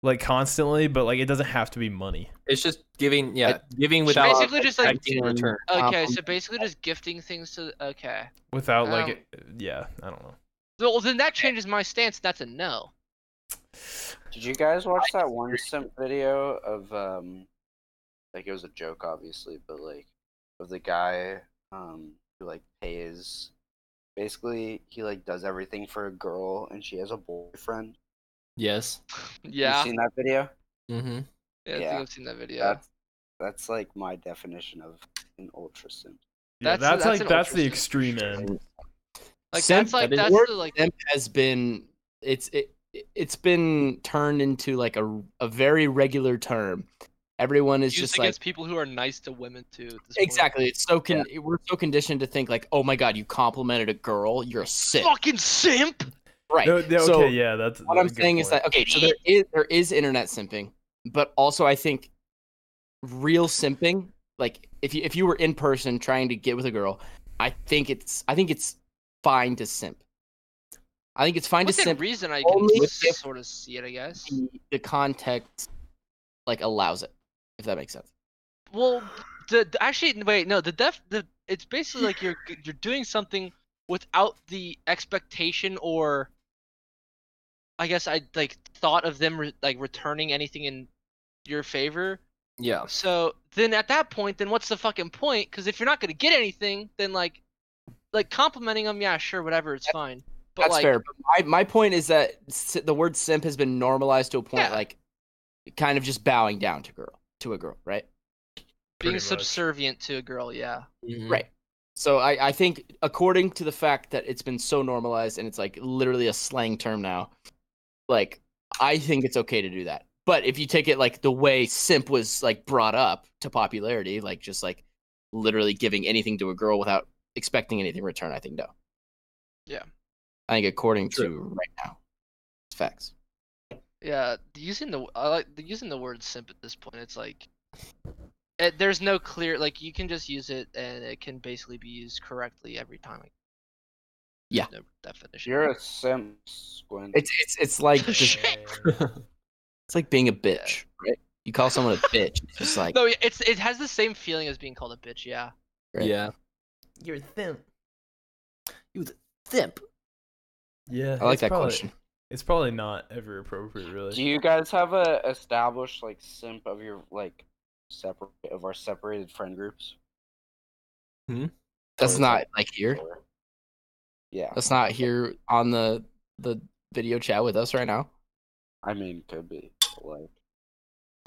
like constantly, but like it doesn't have to be money. It's just giving, yeah, giving Shout without out basically just, like, expecting a return. okay. Um, So basically, just gifting things to. Okay. Without like, Oh. it, yeah, I don't know. So, well, then that changes my stance. That's a no. Did you guys watch that one simp video of um like it was a joke obviously, but like of the guy um who like pays basically he like does everything for a girl and she has a boyfriend. yes. Yeah. You seen that video? Mm-hmm. yeah, I think yeah. I've seen that video. That's that's like my definition of an ultra simp. Yeah, That's- that's, that's like an that's the ultra- extreme end. like Simp, that's like that is- that's word the, like Simp has been it's it it's been turned into like a a very regular term. Everyone is used just like against people who are nice to women too. at this point. exactly. It's so con- we're so conditioned to think like, oh my god, you complimented a girl, you're a simp, Fucking simp. right? No, no, So okay, yeah, that's what I'm that's a good saying is point. that okay, so there is there is internet simping, but also I think real simping, like if you if you were in person trying to get with a girl, I think it's I think it's fine to simp. I think it's fine Within to simp reason, I can only if- sort of see it. I guess. the, the context like allows it, if that makes sense. Well, the, the- actually, wait, no. The def, the it's basically like you're you're doing something without the expectation or I guess I like thought of them re- like returning anything in your favor. Yeah. So then at that point, then what's the fucking point? Because if you're not gonna get anything, then like, like complimenting them, yeah, sure, whatever, it's fine. But That's like, fair. But my, my point is that si- the word simp has been normalized to a point Yeah. like kind of just bowing down to girl to a girl, right? being Pretty much. subservient to a girl, yeah. Mm-hmm. Right. So I, I think according to the fact that it's been so normalized and it's like literally a slang term now, like I think it's okay to do that. But if you take it like the way simp was like brought up to popularity, like just like literally giving anything to a girl without expecting anything in return, I think no. Yeah. I think according to True. right now, it's facts. Yeah, using the I like the- using the word simp at this point. It's like it, there's no clear like you can just use it and it can basically be used correctly every time. Yeah. No definition. You're a simp, Squint. It's it's it's like just, Shit. it's like being a bitch, right? You call someone a bitch, it's just like no, yeah, it's it has the same feeling as being called a bitch. Yeah. Right. Yeah. You're thin. You simp. Yeah. I like it's that probably- question. It's probably not ever appropriate, Do really. you guys have a established like simp of your like separate of our separated friend groups? That's not like here. Or- Yeah, That's not here on the the video chat with us right now. I mean, could be. but, Like,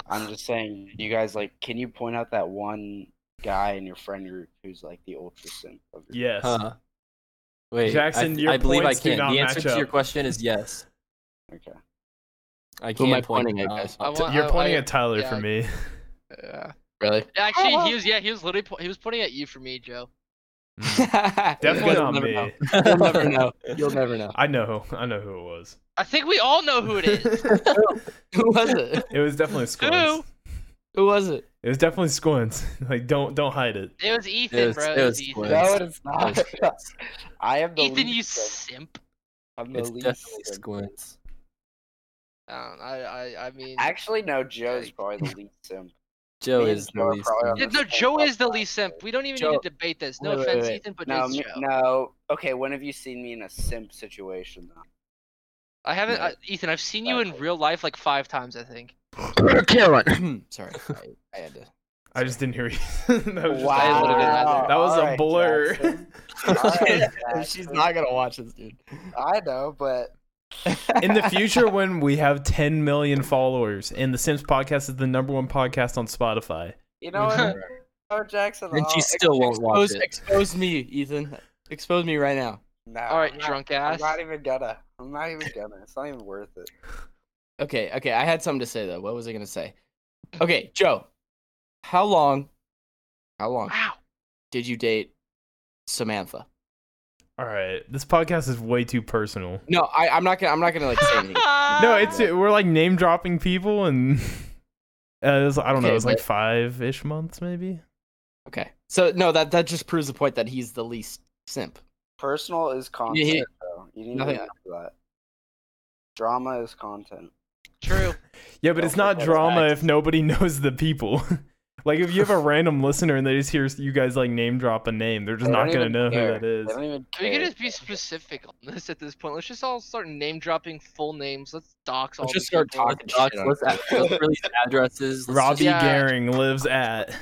I'm just saying, you guys like, can you point out that one guy in your friend group who's like the ultra simp of your? Yes. Huh. Wait, Jackson, I, your I believe I points do can. not the answer match to your up. question is yes. Okay. I Who can am I point pointing it at, out. guys? I want- You're I- pointing I- at Tyler yeah. for me. Yeah. Really? Actually, he was yeah he was literally po- he was pointing at you for me, Joe. Definitely You'll not never me. know. You'll never know. You'll never know. I know. I know who it was. I think we all know who it is. Who was it? It was definitely Squints. Who was it? It was definitely Squints. like, don't don't hide it. It was Ethan, It was- bro. it It was, was Ethan. Squint. No, Yes. it's not. I am the Ethan, least you simp. simp. I'm the It's least definitely simp. squints. I, don't, I I I mean. Actually, no. Joe's probably the least simp. Joe Me is and Joe the are least. probably on Yeah, squint. the no, same Joe is the level. least simp. We don't even Joe- need to debate this. No wait, wait, offense, wait. Ethan, but No, it's me- Joe. no. Okay, when have you seen me in a simp situation? Though? I haven't, no. I, Ethan. I've seen you in Exactly. real life like five times, I think. Sorry, I, I had to. I just didn't hear you. that was, just- Wow. that was a Alright, blur. Jackson. Alright, She's Jackson. not gonna watch this, dude. I know, but in the future when we have 10 million followers and the Sims podcast is the number one podcast on Spotify. you know what? Oh, Jackson. Then she I'll- still won't watch Uh, Expose, it. expose me, Ethan. Expose me right now. No, All right, I'm not- drunk I'm ass. not even gonna. I'm not even gonna. It's not even worth it. Okay, okay. I had something to say though. What was I gonna say? Okay, Joe. How long? How long Wow. did you date Samantha? All right, this podcast is way too personal. No, I, I'm not gonna. I'm not gonna like say anything. No, it's we're like name dropping people and uh, it was- I don't know, Okay, it was like but- 5ish months maybe. Okay. So no, that that just proves the point that he's the least simp. Personal is content, he- though. You need to nothing- remember that. Drama is content. true. Yeah, but Don't it's not forget drama that. if nobody knows the people. like if you have a random listener and they just hear you guys like name drop a name, they're just They not don't going to know even care. who that is. They don't even We care. can just be specific on this at this point. Let's just all start name dropping full names. Let's dox all. Let's just these start people. talking Doc, shit on let's, her. let's release addresses. Let's Robbie Yeah. Oh. Gehring lives at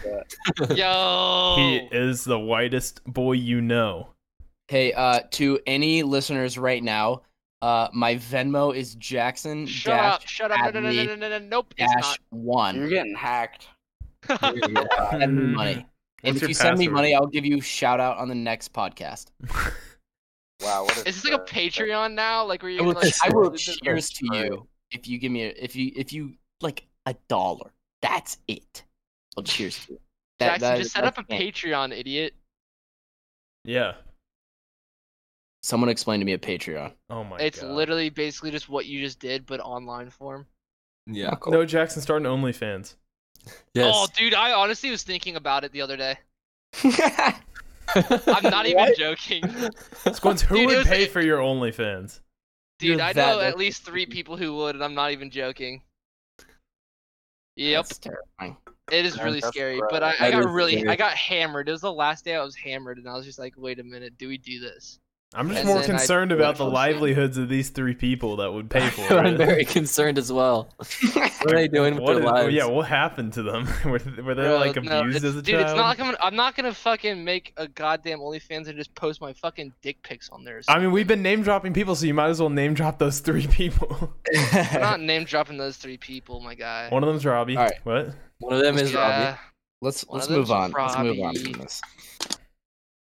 Yo. he is the whitest boy you know. Hey, uh, to any listeners right now, uh, my Venmo is Jackson Shut dash up! Shut up! No, no, no, Adley no, no, no, no. Nope. It's dash You're one. getting hacked. not. Send me money. What's And if Mm-hmm. your you send me password? money, I'll give you shout out on the next podcast. Wow. What is this like a Patreon now? Like where you I will, like? I will this is- cheers to you if you give me a, if you if you like a dollar. That's it. I'll cheers to you. Jackson, just set up a Patreon, idiot. Yeah. Someone explain to me a Patreon. Oh my it's god. literally basically just what you just did, but online form. Yeah. No, Jackson starting OnlyFans. Yes. Oh, dude, I honestly was thinking about it the other day. Oh, I'm not even joking. Squints, who Dude, it would was- pay for your OnlyFans? Dude, You're I that know at lucky. least three people who would, and I'm not even joking. Yep, That's terrifying. it is really That's scary. gross. But I, I That got is really, I scary. got hammered. It was the last day I was hammered, and I was just like, wait a minute, do we do this? I'm just And more then I- concerned about the Yeah. livelihoods of these three people that would pay for I'm it. very concerned as well. What are they doing with What their is- oh, lives? Yeah, what happened to them? were, they- were they Bro, like abused no, as it's- a dude, child? it's not like I'm gonna, I'm not gonna fucking make a goddamn OnlyFans and just post my fucking dick pics on there. or I mean, something. we've been name dropping people, so you might as well name drop those three people. I'm not name dropping those three people, my guy. One of them's Robbie. All right. What? One of them is Robbie. yeah, Let's One let's of move on. them's Let's move on Robbie. from this.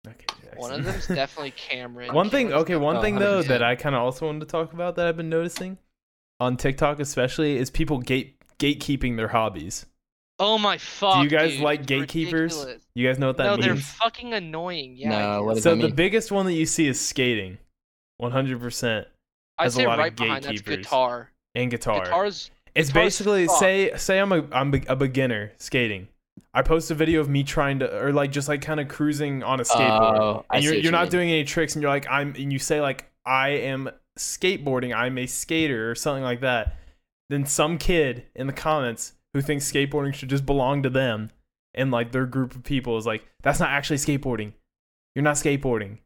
Okay. One Jackson. of them's definitely Cameron. one thing. Cameron's Okay, one Oh, thing though 100%. that I kind of also wanted to talk about that I've been noticing on TikTok, especially, is people gate gatekeeping their hobbies. Oh my fuck. guys dude, like it's gatekeepers? ridiculous. You guys know what that no, they're means? fucking annoying. Yeah. I no, do. what does so that the mean? biggest one that you see is skating, 100 percent I'd has a say lot of right behind that's gatekeepers. guitar. and guitar. Guitars. It's guitar's basically fucked. say say I'm a I'm a beginner skating. I post a video of me trying to or like just like kind of cruising on a skateboard. Oh, I and you're see what you're you not mean. doing any tricks and you're like I'm and you say like I am skateboarding, I'm a skater or something like that. Then some kid in the comments who thinks skateboarding should just belong to them and like their group of people is like that's not actually skateboarding. You're not skateboarding.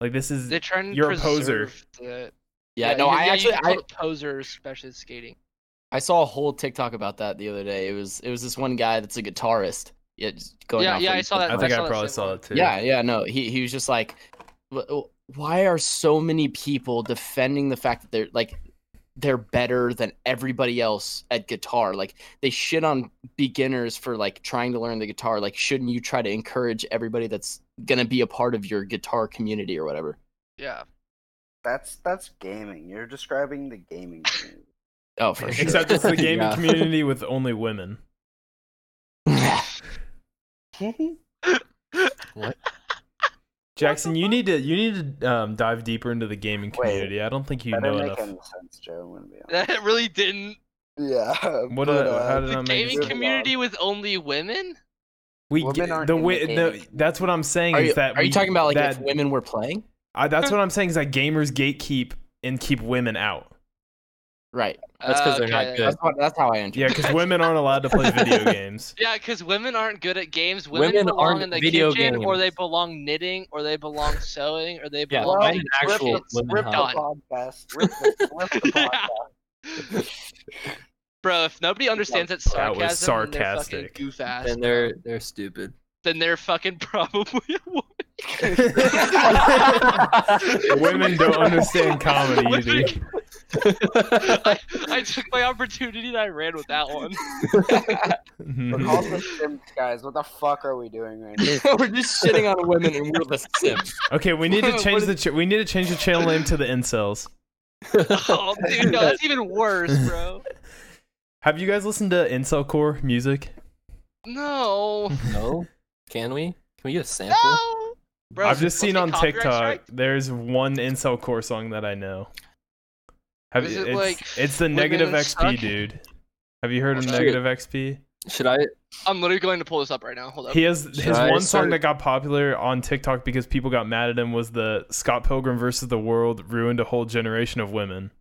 Like this is They're trying to You're a poser. preserve the- Yeah, no, you- I you actually can I, call it posers, especially skating. I saw a whole TikTok about that the other day. It was it was this one guy that's a guitarist. Yeah, just going Yeah, off yeah, what I you saw said. that. I think I, saw that probably same saw one. it too. Yeah, yeah, no. He he was just like, "Wh- why are so many people defending the fact that they're like they're better than everybody else at guitar? Like they shit on beginners for like trying to learn the guitar. Like shouldn't you try to encourage everybody that's gonna be a part of your guitar community or whatever? Yeah. That's that's gaming. You're describing the gaming. community. Oh, for sure. Except it's the gaming Yeah. community with only women. Jackson, you need to you need to um, dive deeper into the gaming Wait. community. I don't think you that know didn't make enough. any sense, Joe. I'm gonna be honest. That really didn't. Yeah. What but, did I- how uh, did I The make gaming sense? community with only women? We Women get, aren't the in the way no, gaming that's what I'm saying Are is you, that are you we- talking about like that, if women were playing? I, that's what I'm saying is that gamers gatekeep and keep women out. Right. That's 'cause they're not okay. good. That's, what, that's how I interpret. Yeah, because women aren't allowed to play video games. Yeah, because women aren't good at games. Women, Women belong aren't in the video kitchen, or they games. belong knitting, or they belong sewing, or they Yeah, belong. find an actual rip, the- women rip the hub. podcast. Rip the, rip the podcast. Bro, if nobody understands that That sarcasm, was then they're fucking sarcastic. goof ass. And they're they're stupid. then they're fucking probably a woman. women don't understand comedy either. I, I took my opportunity and I ran with that one. We're Mhm. called the Sims, guys. What the fuck are we doing right now? we're just shitting on women and we're the simps. okay, we need to What change is- the ch- we need to change the channel name to the incels. Oh, dude, no, that's even worse, bro. Have you guys listened to Incelcore music? No, no, can we? Can we get a sample? no. Bro, I've just we'll seen get on copyright TikTok. strike. There's one incel core song that I know. Have Is you, it it's, like, it's the women negative XP suck? dude. Have you heard of Shoot. negative XP? Should I? I'm literally going to pull this up right now. Hold up. He has his I one song start- that got popular on TikTok because people got mad at him was the Scott Pilgrim versus the World ruined a whole generation of women.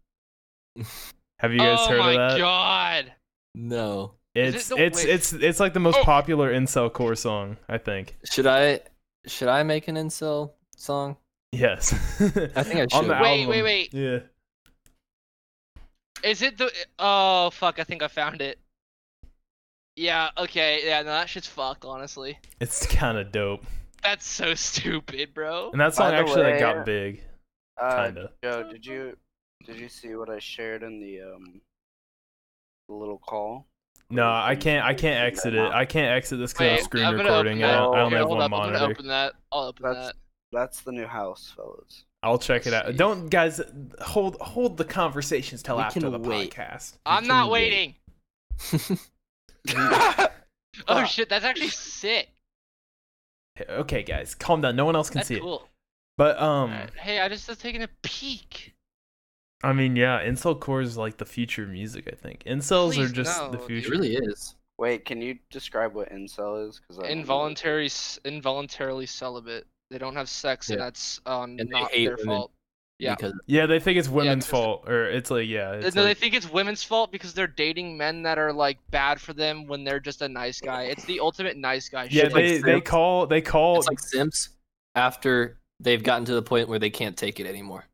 Have you guys oh heard my of that? god. No. Is it It's the- it's wait. it's it's like the most Oh. popular incel core song, I think. Should I? Should I make an incel song? Yes. I think I should. On the Wait, wait, album. wait. Yeah. Is it the? Oh fuck! I think I found it. Yeah. Okay. Yeah. No, that shit's fuck. Honestly, It's kind of dope. that's so stupid, bro. And that song the actually like, way- got big. Uh, Kinda. Joe, did you did you see what I shared in the um the little call? No, I can't. I can't exit it. I can't exit this because I'm Wait, screen I'm gonna recording. Open I that. don't, I only Here, have hold one up, I'm gonna monitor. open that. I'll open That's- that. That's the new house, fellas. I'll check it out. Jeez. Don't guys hold hold the conversations till We after can the wait. podcast. I'm not can wait. waiting. Oh Fuck. shit! That's actually sick. Okay, guys, calm down. No one else can That's see it. cool. But um, Alright, Hey, I just was taking a peek. I mean, yeah, incel core is like the future of music. I think incels Please, are just no, the dude. It future. really is. Wait, can you describe what incel is? Cause I don't know. Involuntary, s- involuntarily celibate. They don't have sex, and Yeah. that's um, And they not hate their women. fault. Yeah. Because Yeah, they think it's women's it's- fault, or it's like yeah, it's no, like- they think it's women's fault because they're dating men that are like bad for them when they're just a nice guy. It's the ultimate nice guy yeah. shit. They like they Oh, simps. call they call it's like Sims after They've gotten to the point where they can't take it anymore.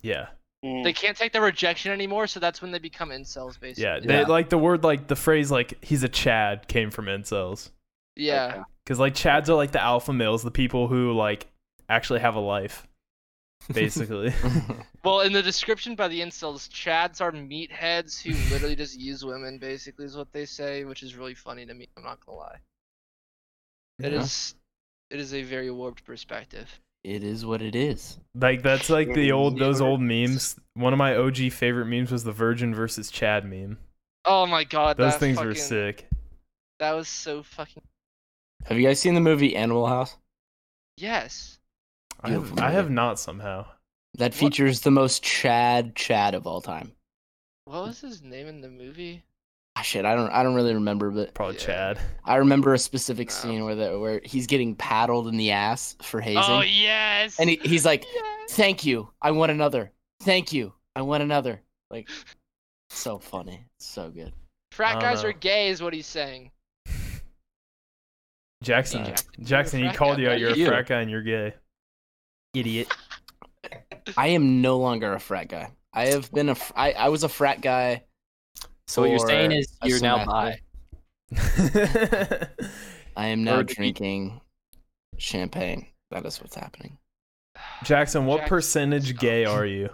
Yeah. Mm, They can't take the rejection anymore, so that's when they become incels, basically. Yeah. They, Yeah. Like the word, like the phrase, like he's a Chad came from incels. yeah. okay. Because like Chads are like the alpha males, the people who like actually have a life, basically. Well, in the description by the incels, Chads are meatheads who literally just use women, basically, is what they say, which is really funny to me. I'm not gonna lie. It Yeah. is, it is a very warped perspective. It is what it is. like that's like the old those Yeah. old memes. One of my OG favorite memes was the Virgin versus Chad meme. Oh my god, Those that things were fucking- sick. That was so fucking. Have you guys seen the movie Animal House? Yes. I have, Beautiful I have movie. not somehow. That features the most Chad Chad of all time. What was his name in the movie? Ah, shit, I don't I don't really remember, but Probably Yeah. Chad. I remember a specific Um, scene where the, where he's getting paddled in the ass for hazing, Oh yes. and he, he's like, Yes! "Thank you, I want another. Thank you, I want another." Like, so funny, so good. Frat don't guys know. are gay, is what he's saying. Jackson. Jack- Jackson, he Frat called guy. you out. You're a You. frat guy and you're gay. Idiot. I am no longer a frat guy. I have been a fr- I, I was a frat guy. so what you're saying for is a you're now semester. bi. I am now Or- drinking champagne. That is what's happening. Jackson, what Jack- percentage gay are you?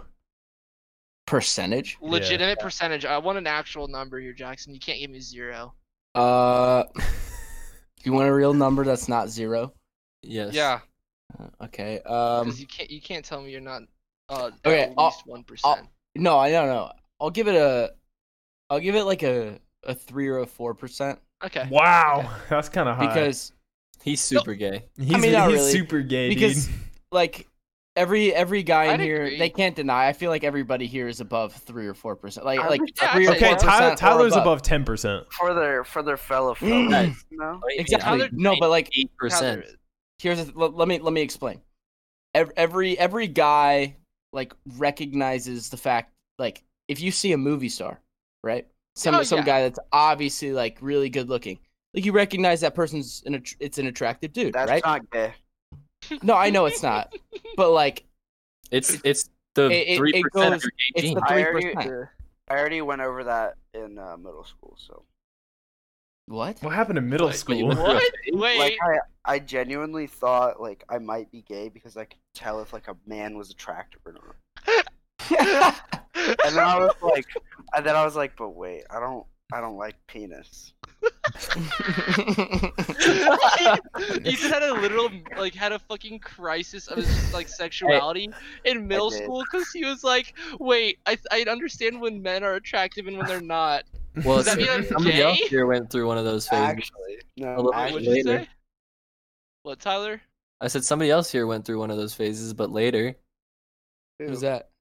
Percentage? Legitimate percentage. I want an actual number here, Jackson. You can't give me zero. Uh, you want a real number that's not zero? Yes. Yeah. Uh, okay. Um, Because you can't you can't tell me you're not uh Okay, at I'll- least one percent. no, I don't know. I'll give it a, I'll give it like a a three or a four percent Okay. Wow, that's kind of high. because He's super gay. he's, mean, not he's really, super gay, because- dude. like every every guy in I'd here agree. they can't deny. I feel like everybody here is above three or four percent. Like I like would- yeah, three I'd or say- Okay, four Tyler, percent. Tyler's above ten percent. For their for their fellow Mm. fellas, you know? Exactly. Tyler- no, but like eight percent. Tyler, here's the th- let let me let me explain. Every, every every guy like recognizes the fact like if you see a movie star, right? Some Oh, some yeah. guy that's obviously like really good looking. Like you recognize that person's an att- it's an attractive dude, That's right? not gay. no, I know it's not. But like It's it's the It- it- it three percent goes- of your gay it's genes. the I three already- percent. I already went over that in uh, middle school, so What? What happened in middle Wait, school? you went through a What? phase? Wait. like I I genuinely thought like I might be gay because I could tell if like a man was attractive or not. And then I was like, and then I was like, but wait, I don't I don't like penis. Ethan had a literal like had a fucking crisis of his like sexuality in middle did. school because he was like, wait, I I understand when men are attractive and when they're not. Well, Does that mean I'm somebody gay? else here went through one of those phases. Actually, A no, little actually, What'd you later. say? What, Tyler? I said somebody else here went through one of those phases, but later Who's that?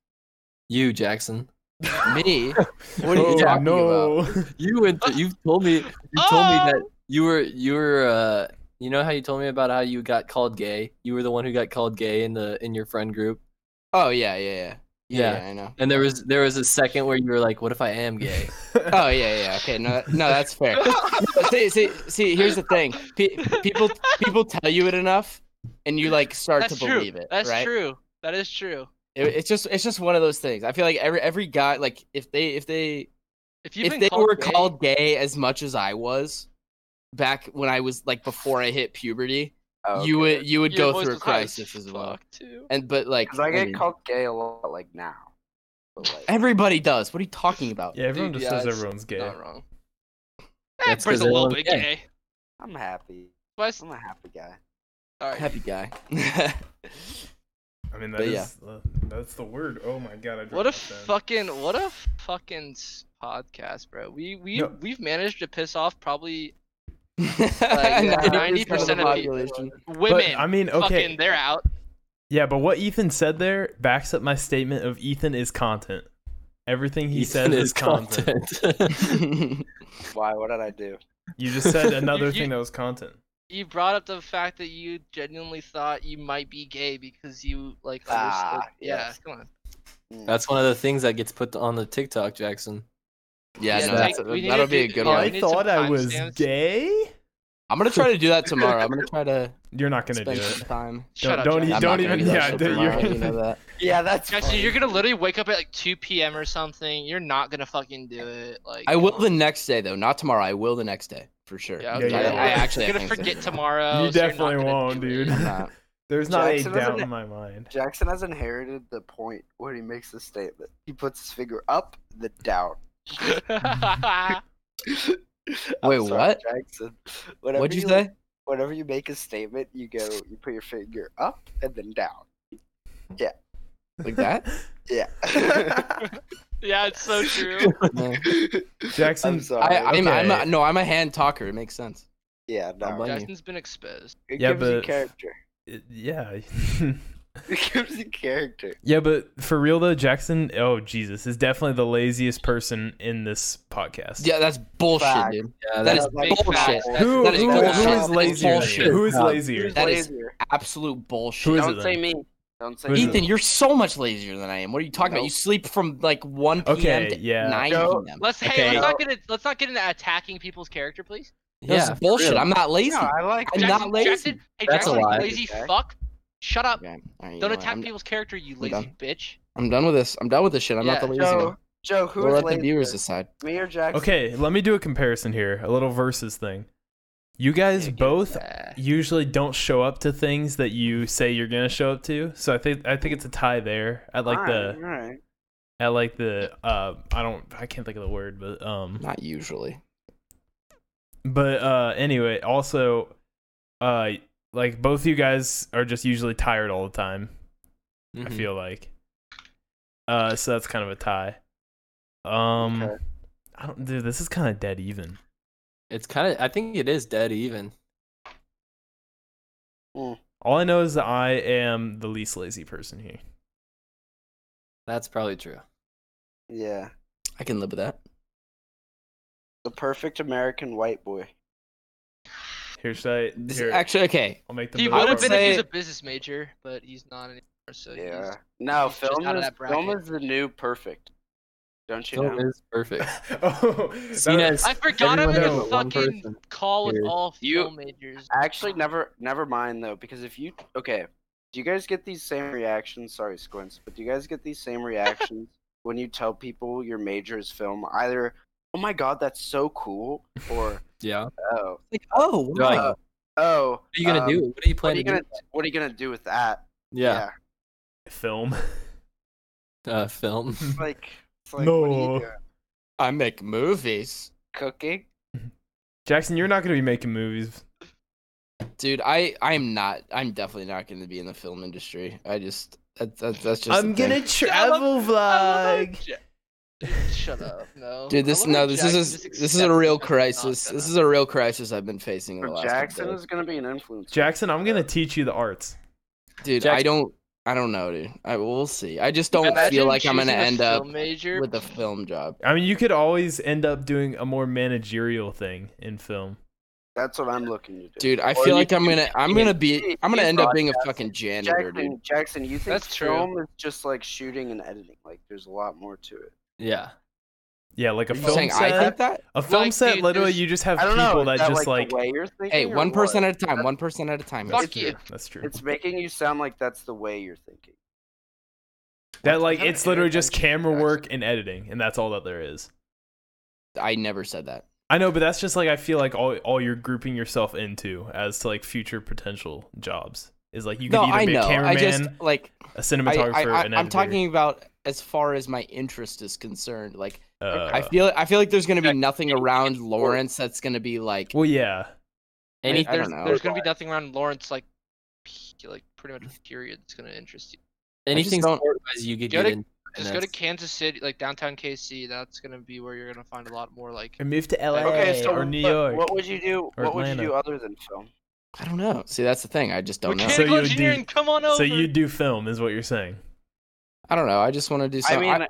you, Jackson, Me? what What are you Oh, talking about? you went. Through, you've told me. You told me that you were you were. Uh, you know how you told me about how you got called gay. You were the one who got called gay in the in your friend group. Oh yeah, yeah, yeah. Yeah, Yeah. yeah, I know. And there was there was a second where you were like, "What if I am gay?" Oh yeah, yeah. Okay, no, no, that's fair. see, see, see. Here's the thing: Pe- people, people tell you it enough, and you like start That's to true. believe it. That's right? true. That is true. It- it's just, it's just one of those things. I feel like every every guy, like if they, if they, If you've if been they called were gay- called gay as much as I was, back when I was like before I hit puberty, Oh, you okay. would you would your go voice through a was high crisis as well. fuck, too. And but like, Because I get mean, called gay a lot, like now. But, like, Everybody does. What are you talking about? yeah, everyone Dude, just yeah, says it's everyone's gay. Not wrong. That's Everybody's 'cause a little everyone's bit gay. gay. I'm happy. Twice- I'm a happy guy. Sorry. Happy guy. I mean, that But is yeah. uh, that's the word. Oh my god, I dropped What my a phone. fucking what a fucking s- podcast, bro. We we No. we've managed to piss off probably Ninety 90% of people. But, women. I mean, okay, Fucking, they're out. yeah, but what Ethan said there backs up my statement of Ethan is content. Everything he said Ethan is content. Why? What did I do? You just said another You- thing you- that was content. You brought up the fact that you genuinely thought you might be gay because you like Ah, understood. Yeah, yes. come on. Mm. That's one of the things that gets put on the TikTok, Jackson. Yeah, Yeah, no, like, that's, we need that'll to be a do- good yeah, one. we need some timestamps. gay. I'm gonna try to do that tomorrow. I'm gonna try to You're not gonna do spend some it. time. Don't- Shut up. don't Jackson. You I'm don't not gonna even- do that yeah, shit dude, tomorrow, you're- you know that. Yeah, that's. Jackson, fine. you're gonna literally wake up at like 2 p.m. or something. You're not gonna fucking do it. Like I will the next day though, not tomorrow. I will the next day for sure. Yeah, Yeah, okay. yeah, I, yeah. I You're actually you're I gonna think so. forget tomorrow. You so you're not definitely gonna won't, do dude. it. Nah. There's not a Jackson doesn't- doubt in my mind. Jackson has inherited the point where he makes the statement. He puts his finger up, the down. I'm Wait, sorry, what? Jackson. Whenever What'd you like, say? Whenever you make a statement, you go, you put your finger up and then down. Like that? Yeah. yeah, it's so true. No. Jackson, I'm sorry. I, I'm, I'm Okay. a, no, I'm a hand talker. It makes sense. yeah, I'll no. blame you. Jackson's been exposed. It Yeah, gives you but- character. it- yeah. It gives you character. yeah, but for real though, Jackson, oh Jesus, is definitely the laziest person in this podcast. Yeah, that's bullshit, Fact. dude. Yeah, That that is is like bullshit. facts. Who, That is who, who bullshit. is That's lazier? than bullshit. you? Who is No. lazier? That is- Lazier. Absolute bullshit. Who is it Don't say then? me. Don't say Who is me. Ethan, you're so much lazier than I am. What are you talking about? No. You sleep from like 1 p.m. Okay, to yeah. 9 No. p.m. Let's hey, Okay. let's not get it. Let's not get into attacking people's character, please. That's yeah, bullshit. real. I'm not lazy. No, I like. I'm Jackson, not lazy. Jackson, hey, That's a Jackson, lie. lazy Okay. fuck. Shut up. Okay, all right, you know Don't what, attack I'm, people's character, you I'm lazy done. bitch. I'm done with this. I'm done with this shit. I'm not Yeah. the lazy Joe, one. Joe, who We'll is let the lazier? viewers decide. Me or Jackson? Okay, let me do a comparison here, a little versus thing. You guys Yeah, get- both uh, usually don't show up to things that you say you're gonna show up to, so I think I think it's a tie there at like the All right. at like the uh I don't I can't think of the word, but um Not usually. but uh anyway, also uh like both you guys are just usually tired all the time. I Mm-hmm. Mhm. feel like. Uh, so that's kind of a tie. Um, Okay. I don't, dude, this is kind of dead even. It's kind of. I think it is dead even. All I know is that I am the least lazy person here. That's probably true. Yeah. I can live with that. The perfect American white boy. Here, should I? This- here, actually, okay. I'll make the He middle would have one. would been if he was say- a business major, but he's not anymore. So he's- Yeah. No, he's just film out of is, that bracket. film is the new perfect. Don't you Film know? is perfect. oh, Seen that- as I forgot I'm in Everyone a knows one fucking person. call with Here. all You- film majors. Actually, never, never mind though, because if you okay, do you guys get these same reactions? Sorry, Squints, but do you guys get these same reactions when you tell people your major is film? Either, oh my god, that's so cool, or yeah. oh, Like, oh, They're like, wow. uh, oh, what are you gonna um, do? What are you What are you planning? gonna, to do? what are you gonna do with that? Yeah. film. Uh, film. It's like, it's like, what are No. you doing? I make movies, Cooking? Jackson, you're not gonna be making movies. dude. I I'm not. I'm definitely not going to be in the film industry. I just that, that that's just. the thing. travel I love how Ja- Dude, Shut up, no. Dude, I this love how no, this Jackson is just this is a accepted real that he's not crisis. gonna- This is a real crisis I've been facing in the Or last. Jackson couple is gonna be an influencer. Jackson, I'm gonna teach you the arts. days. dude. I Jackson- don't, I don't know, dude. I we'll see. I just don't Imagine feel like I'm gonna choosing a end film up major. with a film job. I mean, you could always end up doing a more managerial thing in film. That's what I'm looking to do. Dude, I Or feel you like I'm can- gonna, I'm gonna be, I'm gonna you end up being a broadcast. fucking janitor, Jackson, dude. Jackson, you think That's true. film is just like shooting and editing? Like, there's a lot more to it. Yeah. Yeah, like a Are you You film saying set. I think that? A film Like, set, dude, literally, there's- you just have I people don't know. that is that just like, like. the way you're thinking. Hey, or one what? person at a time. One person at a time. That's Fuck true. you. That's true. It's making you sound like that's the way you're thinking. that like it's literally Intervention, just camera Jackson. work and editing, and that's all that there is. I never said that. I know, but that's just like I feel like all all you're grouping yourself into as to like future potential jobs is like you could No, either I be know. a cameraman, I just like a I, cinematographer, I, I an I'm editor. talking about as far as my interest is concerned. Like Uh, I feel, I feel like there's gonna be nothing around Lawrence that's gonna be like. well, yeah, Any- I Anything. don't know. There's gonna be nothing around Lawrence, like, p- like pretty much period. That's gonna interest you. Anything don't- sport wise you could Go get to- in. Just go to Kansas City, like downtown KC. That's gonna be where you're gonna find a lot more like. or move to LA okay, so or New what- York. What would you do? or What would you Atlanta. do other than film? I don't know. See, that's the thing. I just don't know. So you Mechanical would do- engineering, come on over. so you do film is what you're saying. I don't know. I just want to do I something. mean,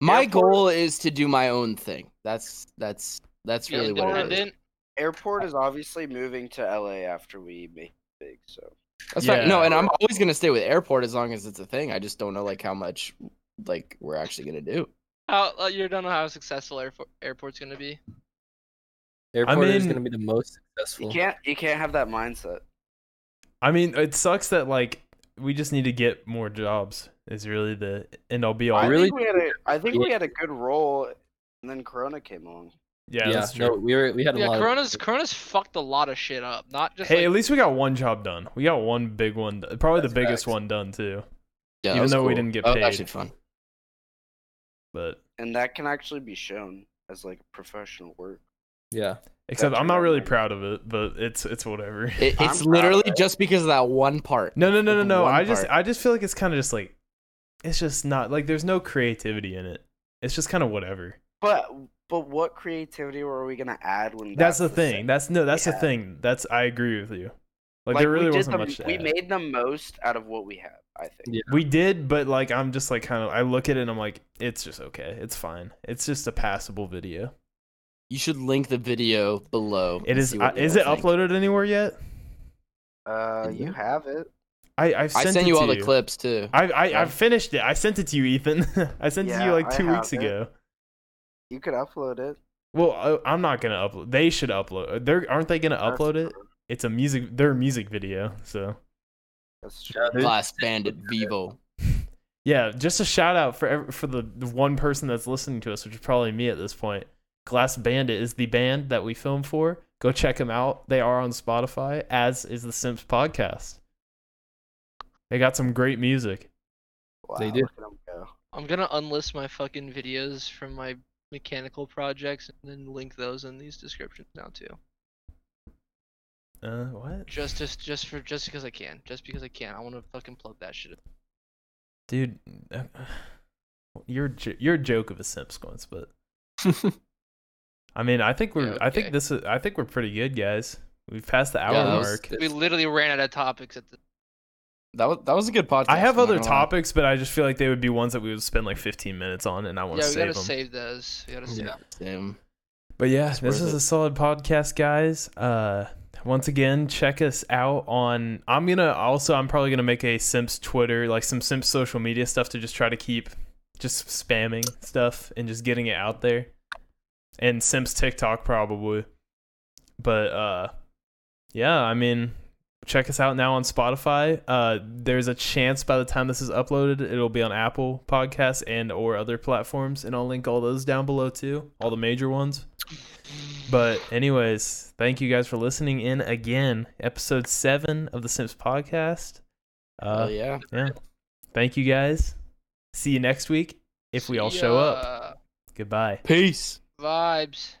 my airport- goal is to do my own thing. That's that's that's Be really what it is. independent. airport is obviously moving to LA after we make it big. So That's right. No, Yeah. and I'm always gonna stay with airport as long as it's a thing. I just don't know like how much like we're actually gonna do. How uh, like, you don't know how successful airfo- airport's gonna be. Airport is in- gonna be the most You successful. can't you can't have that mindset. I mean, it sucks that like we just need to get more jobs. Is really the end all be all. I really- think we had a I think we had a good role and then Corona came along. Yeah. that's true. no, we were we had Yeah, a lot. Corona's Of, Corona's fucked a lot of shit up. Not just hey, like, at least we got one job done. We got one big one, d- probably That's the biggest facts. one done too. Yeah, that Even was though we cool. didn't get That was paid. actually fun. But And that can actually be shown as like professional work. yeah, except That's I'm not right. really proud of it. But it's it's whatever. It, I'm it's proud literally of it. just because of that one part. No, no, no, no, Like no. one I just part. I just feel like it's kind of just like it's just not like there's no creativity in it. It's just kind of whatever. But but what creativity were we gonna add when That's that the was thing. it? That's no. That's the Yeah. thing. That's I agree with you. Like, Like, there we really did wasn't the- much. To we add. made the most out of what we have, I think. Yeah. We did, but like I'm just like kind of I look at it and I'm like it's just okay. It's fine. It's just a passable video. You should link the video below. It and is see uh, what you is all it think. uploaded anywhere yet? Uh Did you you? have it. I I've sent I it sent you to all the clips too. I I Yeah. I finished it. I sent it to you, Ethan. I sent it to Yeah, you like I 2 weeks have it. ago. You could upload it. Well, I, I'm not going to upload. They should upload. uh, They're aren't they going to That's upload it? true. It's a music their music video, so That's true. yeah there's- Last banded Vivo. Yeah, just a shout out for ev- for the, the one person that's listening to us, which is probably me at this point. Glass Bandit is the band that we film for. Go check them out. They are on Spotify, as is the Simps podcast. They got some great music. Wow, They do. look at 'em go. I'm gonna unlist my fucking videos from my mechanical projects and then link those in these descriptions now too. Uh, what, Just just just for just because I can. Just because I can. I want to fucking plug that shit. dude? uh, You're j- you're a joke of a Simp squints, but I mean, I think we're Yeah, I think okay. this is I think we're pretty good, guys. We've passed the hour Yeah, that was- mark. We it's- literally ran out of topics at the. That was that was a good podcast. I have I'm not other gonna lie. topics, but I just feel like they would be ones that we would spend like 15 minutes on, and I want Yeah, to we save gotta them. save those. We gotta save. Yeah. Damn. But yeah, It's this worth is it. a solid podcast, guys. Uh, once again, check us out on. I'm gonna also. I'm probably gonna make a Simps Twitter, like some Simps social media stuff, to just try to keep just spamming stuff and just getting it out there, and Simps TikTok probably. But uh, yeah, I mean, check us out now on Spotify. Uh, there's a chance by the time this is uploaded, it'll be on Apple Podcasts and or other platforms, and I'll link all those down below too, all the major ones. But anyways, thank you guys for listening in again, episode seven of the Simps podcast. Oh Uh, yeah. yeah, thank you guys. See you next week if we all See show up. ya. Goodbye. Peace. Vibes.